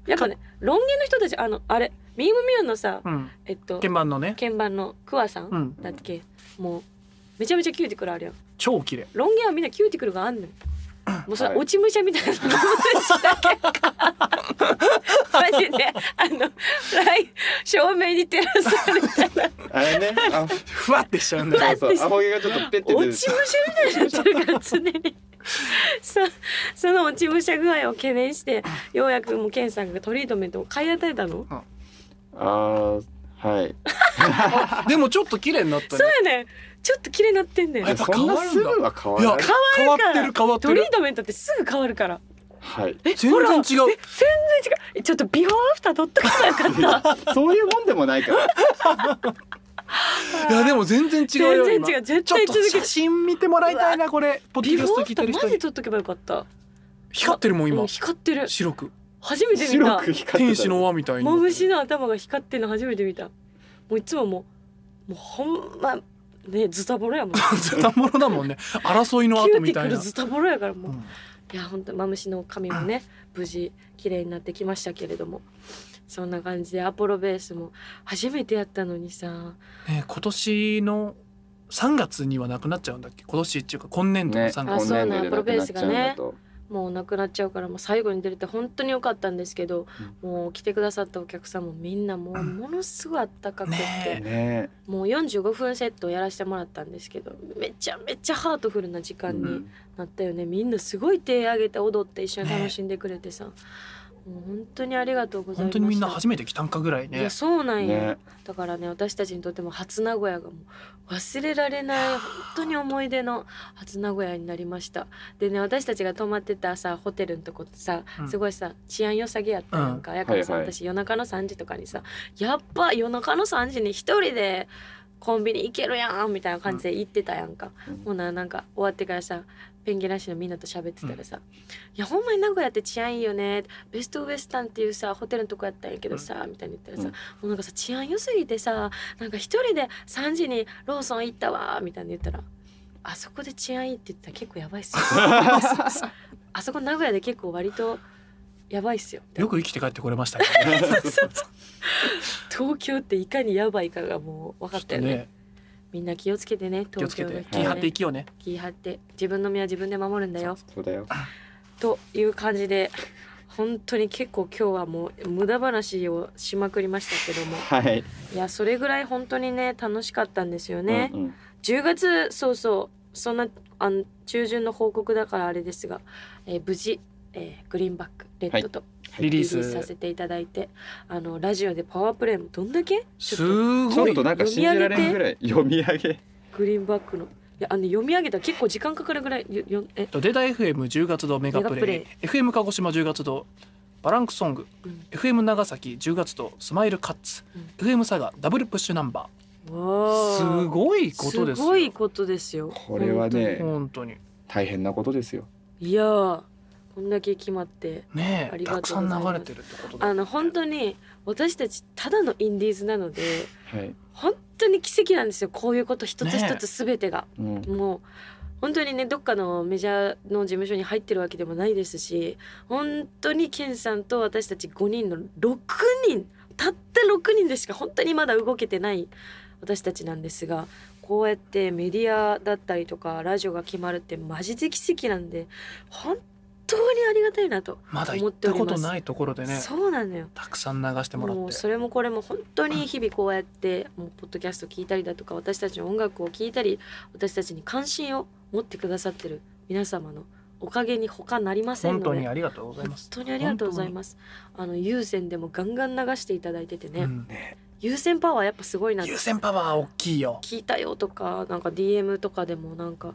Speaker 1: やっ [LAUGHS] ぱねロン毛の人たちあのあれミームミヨンのさ
Speaker 4: たうん
Speaker 1: えっと
Speaker 4: 鍵盤のね
Speaker 1: 鍵盤のクワさん、
Speaker 4: うん
Speaker 1: だっけもうめちゃめちゃキューティクルあるやん
Speaker 4: 超綺麗
Speaker 1: ロン毛はみんなキューティクルがあん
Speaker 4: [CLEARS THROAT]
Speaker 1: のよもうそれ
Speaker 2: はい
Speaker 1: 落ち武者みたいなのした結果
Speaker 4: [LAUGHS]
Speaker 1: マジであのライ照明に照らされたら
Speaker 2: あれねあ
Speaker 4: ふわってしちゃうんだよ
Speaker 2: そう
Speaker 1: [LAUGHS]
Speaker 2: そうアホ毛がちょっとペッて出
Speaker 1: 落
Speaker 2: て
Speaker 1: ち武者みたいになってるから常にそその落ち武者具合を懸念してようやくもうケンさんがトリートメントを買い与えたの
Speaker 2: ああはい
Speaker 4: [LAUGHS] でもちょっと綺麗になった
Speaker 1: そ
Speaker 4: ね
Speaker 1: うやねんちょっと綺麗になってんねん
Speaker 4: やっぱ
Speaker 2: そんなすぐは変わ
Speaker 4: いや
Speaker 2: らない
Speaker 4: 変わってる変わって
Speaker 1: トリー
Speaker 4: る
Speaker 1: トメントってすぐ変わるから
Speaker 2: はい
Speaker 4: 全
Speaker 1: ほら
Speaker 4: 然違う
Speaker 1: え全然違うちょっとビフォーアフター撮っとかなかった
Speaker 2: そういうもんでもな
Speaker 1: [LAUGHS]
Speaker 2: いから
Speaker 4: いやでも全然違うよ
Speaker 1: 全
Speaker 4: 今
Speaker 1: 然違う絶
Speaker 4: ちょっ
Speaker 1: 対
Speaker 4: と
Speaker 1: 続け
Speaker 4: 写真見てもらいたいなこれポッドキ
Speaker 1: ビ
Speaker 4: ャ
Speaker 1: フ
Speaker 4: ス
Speaker 1: ォ
Speaker 4: ト
Speaker 1: ーア
Speaker 4: 聞
Speaker 1: フ
Speaker 4: い
Speaker 1: タ
Speaker 4: てる
Speaker 1: ーマ
Speaker 4: 人
Speaker 1: ジ
Speaker 4: に
Speaker 1: で撮っとけばよかった
Speaker 4: 光ってるもん
Speaker 1: う
Speaker 4: 今
Speaker 1: ん光ってる
Speaker 4: 白く
Speaker 1: 初めて見
Speaker 2: 白
Speaker 1: た
Speaker 2: く光ってた
Speaker 4: 天使の輪みたいに
Speaker 1: モムシの頭が光ってるの初めて見たもういつももうもうほんまねズタボロやもんキ
Speaker 4: ずた [LAUGHS] ものだもんね争いの
Speaker 1: ュ
Speaker 4: 後
Speaker 1: ーテ
Speaker 4: み
Speaker 1: ィ
Speaker 4: た
Speaker 1: ク
Speaker 4: い
Speaker 1: ル
Speaker 4: な
Speaker 1: ズタボロやからもう、
Speaker 4: う
Speaker 1: い
Speaker 4: ん
Speaker 1: やほんとマムシの髪もね無事綺麗になってきましたけれどもそんな感じでアポロベースも初めてやったのにさ
Speaker 4: ね今年の3月にはなくなっちゃうんだっけ今年っていうか今年度の
Speaker 2: ね
Speaker 4: 3
Speaker 1: あ
Speaker 4: 月、
Speaker 2: 今
Speaker 1: そうなん
Speaker 2: 年度でなくなっちゃうんだと
Speaker 1: もうなくなっちゃうからもう最後に出れて本当に良かったんですけど、もう来てくださったお客さんもみんなも
Speaker 4: [LAUGHS]
Speaker 1: うものすごいあったかくって、
Speaker 4: ねえ
Speaker 2: ね
Speaker 1: もう45分セットをやらせてもらったんですけどめちゃめちゃハートフルな時
Speaker 2: え
Speaker 1: 間になったよね、みんなすごい手挙げて踊って一緒に楽しんでくれてさ、もう本当にありがとうございま
Speaker 4: 本
Speaker 1: す
Speaker 4: 当にみんな初めて来たんかぐらい
Speaker 1: い
Speaker 4: ね
Speaker 1: やそうなんや、 [LAUGHS]
Speaker 2: ね
Speaker 1: だからね私たちにとっても初名古屋がもう忘れられない本当に思い出の初名古屋になりましたでね私たちが泊まってたさホテルのとこってさ、
Speaker 4: うん
Speaker 1: すごいさ治安良さげやったなんか、やからさ、
Speaker 2: はいはい
Speaker 1: 私夜中の3時とかにさやっぱ夜中の3時に一人でコンビニ行けるやんみたいな感じで行ってたやんか、
Speaker 2: うん
Speaker 1: ほななんか終わってからさペンギンラッシュのみんなと喋ってたらさ、いやほんまに名古屋って治安いいよねベストウエスタンっていうさホテルのとこやったんやけどさ、みたいに言ったらさ、
Speaker 2: うん
Speaker 1: もうなんかさ治安良すぎてさなんか一人で3時にローソン行ったわみたいに言ったらあそこで治安いいって言ったら結構やばいっ
Speaker 4: [LAUGHS]
Speaker 1: すよあそこ名古屋で結構割とやばいっすよ
Speaker 4: よく生きて帰ってこれましたね
Speaker 1: 東京っていかにやばいかがもう分かったよね
Speaker 4: ね
Speaker 1: みんな気をつけてね
Speaker 4: 気を
Speaker 1: 東
Speaker 4: つけ
Speaker 1: 京
Speaker 4: て
Speaker 1: ね
Speaker 4: 気張っていきようね
Speaker 1: 気張って自分の身は自分で守るんだよ
Speaker 2: そうだよ
Speaker 1: という感じで本当に結構今日はもう無駄話をしまくりましたけども
Speaker 2: はい
Speaker 1: いやそれぐらい本当にね楽しかったんですよね、
Speaker 2: うんうん
Speaker 1: 10月そうそうそんなあの中旬の報告だからあれですが、えー無事、えーグリーンバックレッドとリ
Speaker 4: リリ
Speaker 1: リ
Speaker 4: ー
Speaker 1: ースさ
Speaker 4: ス
Speaker 1: せていただいて、あのラジオでパワープレイもどんだけちょっ
Speaker 4: す
Speaker 2: ちょ
Speaker 4: ご
Speaker 2: っ
Speaker 4: い
Speaker 2: となんか信じられんぐらい読み上げ
Speaker 1: とグリーンバックのいやあの読み上げたら結構時間かかるぐらいよよえ
Speaker 4: データ FM10 月度メガプレイ
Speaker 1: メガ
Speaker 4: FM 鹿児島10月度バランクソング、
Speaker 1: うん
Speaker 4: FM 長崎10月度スマイルカッツ、FM 佐賀ダブルプッシュナンバー
Speaker 1: わあ
Speaker 4: すごいことです
Speaker 1: す
Speaker 4: よ
Speaker 1: ごいことですよ
Speaker 2: これはね
Speaker 4: 本当に
Speaker 2: 大変なことですよ
Speaker 1: いやーこんだけ決まって
Speaker 4: ね
Speaker 1: あ
Speaker 4: え
Speaker 1: りが
Speaker 4: た
Speaker 1: とう
Speaker 4: く
Speaker 1: ござ
Speaker 4: さ
Speaker 1: い
Speaker 4: ん
Speaker 1: ます
Speaker 4: 流れてるってことだ
Speaker 1: あの本当に私たちただのインディーズなので
Speaker 2: はい
Speaker 1: 本当に奇跡なんですよこういうこと一つ
Speaker 4: ねえ
Speaker 1: 一つ全てが、
Speaker 2: うん
Speaker 1: もう本当にねどっかのメジャーの事務所に入ってるわけでもないですし本当にケンさんと私たち5人の6人たった6人でしか本当にまだ動けてない私たちなんですがこうやってメディアだったりとかラジオが決まるってマジで奇跡なんで本当にありがたいなと、
Speaker 4: まだ行ったことないところでね
Speaker 1: そうなのよ
Speaker 4: たくさん流してもら
Speaker 1: も
Speaker 4: っ
Speaker 1: う
Speaker 4: て
Speaker 1: それもこれも本当に日々こうやってもうポッドキャスト聞いたりだとか私たちの音楽を聞いたり私たちに関心を持ってくださってる皆様のおかげに他なりません
Speaker 4: 本当
Speaker 1: の
Speaker 4: に
Speaker 1: で
Speaker 4: ありがとうござい
Speaker 1: 本
Speaker 4: ます
Speaker 1: 当にありがとうございますあの有線でもガンガン流していただいててね、
Speaker 4: うん
Speaker 1: 有線パワーやっぱすごいなって
Speaker 4: 優先パワー大きいよ
Speaker 1: 聞いたよとかなんか DM とかでもなんか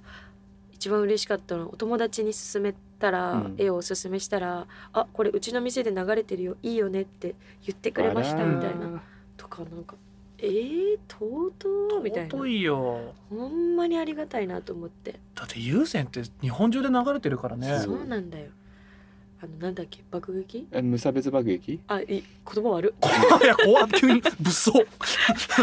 Speaker 1: 一番嬉しかったのはお友達に勧めたら、
Speaker 2: うん
Speaker 1: 絵をおすすめしたら「あこれうちの店で流れてるよいいよね」って言ってくれましたみたいなとかなんか「えー、とうとう」みたいな
Speaker 4: 尊いよ
Speaker 1: ほんまにありがたいなと思って、
Speaker 4: だって優先って日本中で流れてるからね
Speaker 1: そうなんだよあのなんだっけ爆撃
Speaker 2: え無差別爆撃
Speaker 1: あい言葉悪っ
Speaker 4: いや怖っ急に物騒 [LAUGHS]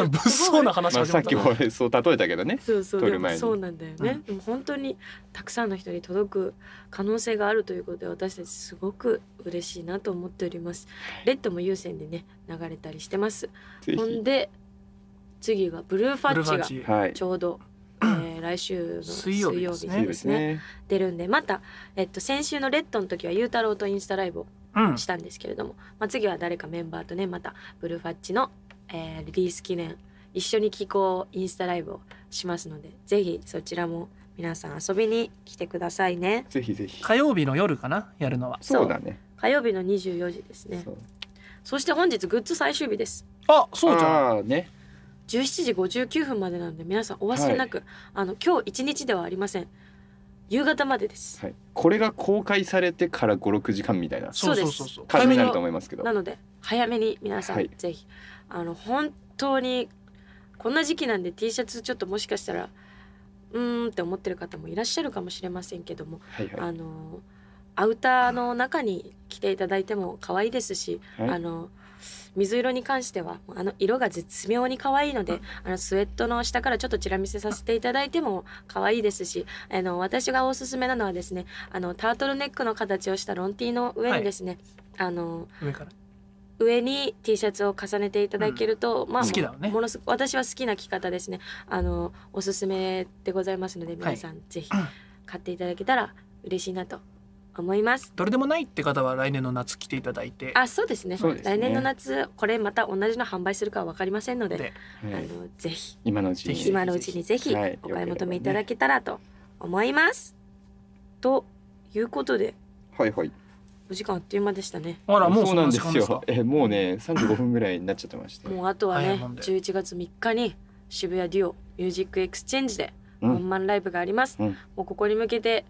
Speaker 4: 物騒な話
Speaker 2: まあ、
Speaker 4: 始
Speaker 2: さ
Speaker 4: ま
Speaker 2: っ
Speaker 4: った
Speaker 2: き俺そう例えたけどね
Speaker 1: そうそう
Speaker 2: 撮る
Speaker 1: でも
Speaker 2: 前に
Speaker 1: そうなんだよね、でも本当にたくさんの人に届く可能性があるということで私たちすごく嬉しいなと思っておりますレッドも有線でね流れたりしてます
Speaker 2: ぜ
Speaker 1: ほんで次がブルーファ
Speaker 4: ブル
Speaker 1: ッ
Speaker 4: ーファン
Speaker 1: チ
Speaker 4: チ
Speaker 2: ひはい
Speaker 1: がちょうど、えー来週の水
Speaker 4: 水
Speaker 1: 曜
Speaker 4: 曜
Speaker 1: 日で
Speaker 4: 日ですす
Speaker 1: ね
Speaker 4: ね
Speaker 2: そうですね
Speaker 1: 出るんでまた、えっと、先週のレッドの時はゆうたろうとインスタライブを
Speaker 4: うん
Speaker 1: したんですけれども、まあ、次は誰かメンバーとねまたブルーファッチの、えーリリース記念一緒に聴こうインスタライブをしますのでぜひそちらも皆さん遊びに来てくださいね
Speaker 2: ぜひぜひ
Speaker 4: 火曜日の夜かなやるのは
Speaker 2: そうだね
Speaker 1: 火曜日の24時ですね
Speaker 2: そう
Speaker 1: そして本日グッズ最終日です
Speaker 4: あそうじゃん
Speaker 2: あーね
Speaker 1: 17時59分までなので皆さんお忘れなく、あの今日一日ではありません夕方までです
Speaker 2: はいこれが公開されてから56時間みたいな
Speaker 4: そうそ
Speaker 1: そ
Speaker 4: うそうう
Speaker 1: で
Speaker 4: そう
Speaker 2: 感
Speaker 4: 早
Speaker 2: じ
Speaker 4: め
Speaker 2: に
Speaker 4: に
Speaker 2: なると思いますけど
Speaker 1: なので早めに皆さん、
Speaker 2: はい
Speaker 1: ぜひあの本当にこんな時期なんで T シャツちょっともしかしたらうーんって思ってる方もいらっしゃるかもしれませんけども、
Speaker 2: はいは
Speaker 1: あのアウターの中に着ていただいても可愛いですし、
Speaker 2: いは
Speaker 1: あ
Speaker 2: い
Speaker 1: の水色に関してはあの色が絶妙に可愛いのであのスウェットの下からちょっとちら見せさせていただいても可愛いですしあの私がおすすめなのはですねあのタートルネックの形をしたロン T の上にですね、あの
Speaker 4: 上から
Speaker 1: 上に T シャツを重ねていただけると、まあ
Speaker 4: 好きだよね
Speaker 1: ものすご私は好きな着方ですねあのおすすめでございますので皆さんぜひ買っていただけたら嬉しいなと思います。
Speaker 4: どれでもないって方は来年の夏来ていただいて
Speaker 1: あそうですね
Speaker 2: そうですね
Speaker 1: 来年の夏これまた同じの販売するかは分かりませんので
Speaker 4: で
Speaker 1: あ
Speaker 2: はい
Speaker 1: のぜひ
Speaker 2: 今のうち
Speaker 4: ぜひ
Speaker 2: に
Speaker 1: 今のうちにぜひ
Speaker 2: はい
Speaker 1: お買い求めい
Speaker 2: よけ
Speaker 1: た
Speaker 2: ればね
Speaker 1: だけたらと思います。ということで
Speaker 2: はいはい
Speaker 1: お時間あっという間でしたね。
Speaker 4: あらもう
Speaker 2: そ
Speaker 4: そう
Speaker 2: なんんで
Speaker 4: 時間
Speaker 2: す
Speaker 4: ですか
Speaker 2: よえもうね35分ぐらいになっちゃってまして
Speaker 1: もうあとはね
Speaker 4: 早いもんで
Speaker 1: 11月3日に渋谷デュオミュージックエクスチェンジで
Speaker 2: うん
Speaker 1: ワンマンライブがあります、
Speaker 2: うん
Speaker 1: もうここに向けて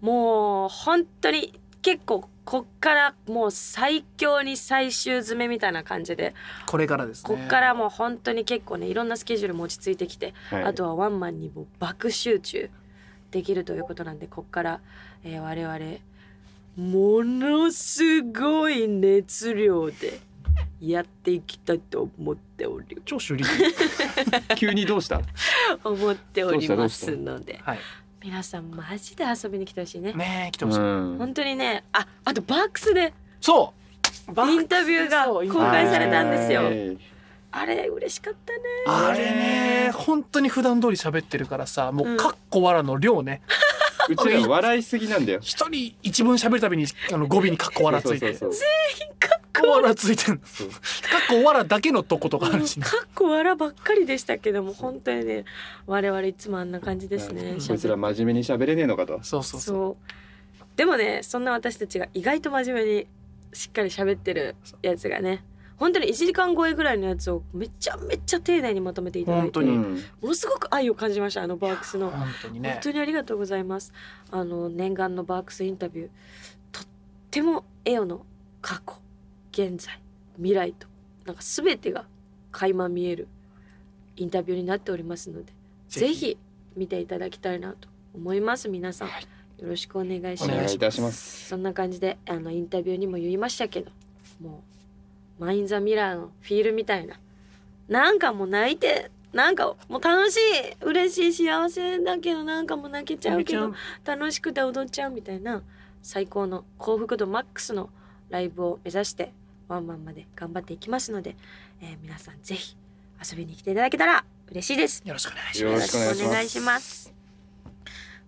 Speaker 1: もう本当に結構こっからもう最強に最終詰めみたいな感じで
Speaker 4: これからですね
Speaker 1: こっからもう本当に結構ねいろんなスケジュールも落ち着いてきて、
Speaker 2: はい
Speaker 1: あとはワンマンにも爆集中できるということなんでこっから、えー我々ものすごい熱量でやっていきたいと思ってお
Speaker 4: [LAUGHS]
Speaker 1: り
Speaker 4: 超修理
Speaker 2: 急にどうした
Speaker 1: 思っておりますので
Speaker 4: はい
Speaker 1: 皆さんマジで遊びに来てほしいね
Speaker 4: ねえ来て
Speaker 2: う
Speaker 4: ほしい、
Speaker 2: ん
Speaker 1: 本当にねああとバックスで
Speaker 4: そ
Speaker 1: インタビューが公開されたんですよ
Speaker 2: はい
Speaker 1: あれ嬉しかったね
Speaker 4: うあれね本当に普段通り喋ってるからさも
Speaker 1: うん
Speaker 4: うかっこわらの量ね
Speaker 2: うちら笑いすぎなんだよ
Speaker 4: 一人一文喋るたびにあの語尾にかっこわらついて
Speaker 2: そうそうそ
Speaker 1: かっ
Speaker 4: か
Speaker 1: こ
Speaker 4: っこ
Speaker 1: わ
Speaker 4: わ
Speaker 1: ら
Speaker 4: らついてんか
Speaker 2: うそう
Speaker 4: っこわらだけのとことかあるしね
Speaker 1: かっこわらばっかりでしたけども本当にね我々いつもあんな感じですね
Speaker 4: うん
Speaker 2: こいつら真面目に喋れねえのかと
Speaker 4: そうそうそう
Speaker 1: そうでもねそんな私たちが意外と真面目にしっかり喋ってるやつがね本当に1時間超えぐらいのやつをめちゃめちゃ丁寧にまとめていただい
Speaker 4: 本
Speaker 1: て
Speaker 4: 当に、
Speaker 2: うん
Speaker 1: ものすごく愛を感じましたあのバークスの
Speaker 4: 本当にね
Speaker 1: 本当にありがとうございますあの念願のバークスインタビューとってもエオの過去現在未来となんか全てが垣間見えるインタビューになっておりますのでぜひ見ていただきたいなと思います皆さん、
Speaker 2: はい
Speaker 1: よろしくお願いし
Speaker 2: お
Speaker 1: ま
Speaker 2: 願い
Speaker 1: す
Speaker 2: いたします
Speaker 1: そんな感じであのインタビューにも言いましたけどもうマイン・ザ・ミラーのフィールみたいななんかもう泣いてなんかもう楽しい嬉しい幸せだけどなんかもう泣けちゃうけど楽しくて踊っちゃうみたいな最高の幸福度マックスのライブを目指してワンマンまで頑張っていきますので、えー皆さんぜひ遊びに来ていただけたら嬉しいです。
Speaker 4: よろしくお願いし
Speaker 2: よ
Speaker 4: ま
Speaker 2: ろ
Speaker 4: す
Speaker 2: しく
Speaker 1: よろしく
Speaker 2: お願いします
Speaker 1: お願いします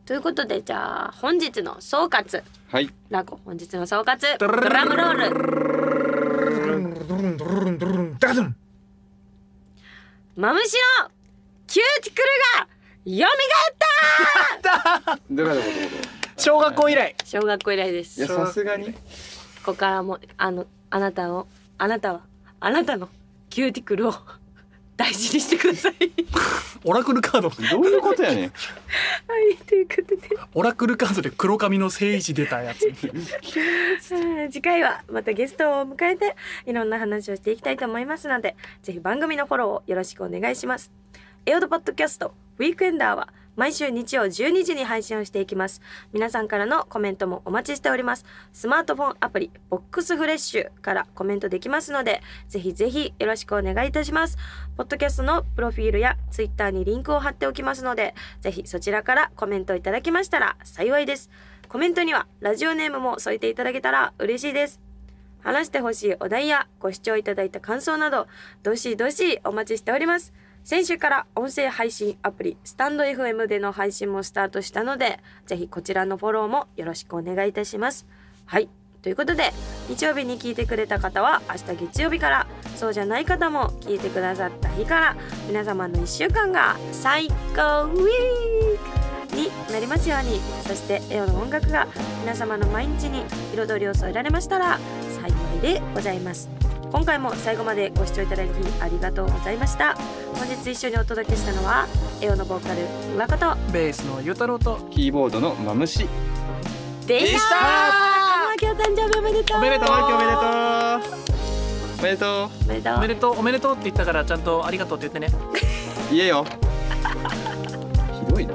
Speaker 1: ということでじゃあ本日の総括
Speaker 2: はい
Speaker 1: ラコ本日の総括ドラムロール
Speaker 4: ドルンドルンドルンドルンダドン
Speaker 1: マムシのキューティクルが蘇った
Speaker 2: だからどうぞどうぞ
Speaker 4: 小学校以来
Speaker 1: 小学校以来で
Speaker 2: い
Speaker 1: す
Speaker 2: や
Speaker 1: こ
Speaker 2: さすがに
Speaker 1: こからもあのあなたをあなたはあなたのキューティクルを大事にしてください
Speaker 4: オラクルカード
Speaker 2: どういうことやねん
Speaker 1: はいということで
Speaker 4: オラクルカードで黒髪の聖地出たやつ
Speaker 1: はい次回はまたゲストを迎えていろんな話をしていきたいと思いますのでぜひ番組のフォローをよろしくお願いしますエオドポッドキャストウィークエンダーは毎週日曜12時に配信をしていきます皆さんからのコメントもお待ちしておりますスマートフォンアプリボックスフレッシュからコメントできますのでぜひぜひよろしくお願いいたしますポッドキャストのプロフィールやツイッターにリンクを貼っておきますのでぜひそちらからコメントいただきましたら幸いですコメントにはラジオネームも添えていただけたら嬉しいです話してほしいお題やご視聴いただいた感想などどしどしお待ちしております先週から音声配信アプリスタンド FM での配信もスタートしたのでぜひこちらのフォローもよろしくお願いいたしますはいということで日曜日に聞いてくれた方は明日月曜日からそうじゃない方も聞いてくださった日から皆様の1週間が最高ウィークになりますようにそしてエオの音楽が皆様の毎日に彩りを添えられましたら幸いでございます今回も最後までご視聴いただきありがとうございました本日一緒にお届けしたのはエオのボーカル上子と
Speaker 4: ベースのゆうたろうと
Speaker 2: キーボードのマムシ
Speaker 1: で
Speaker 4: でした
Speaker 1: あ今日誕生日おめでとう
Speaker 4: おめでとう
Speaker 2: 玉木おめでとうおめでと
Speaker 1: おめでとう
Speaker 4: おめでとうおめでとうって言ったからちゃんとありがとうって言ってね
Speaker 2: う言えよひどいな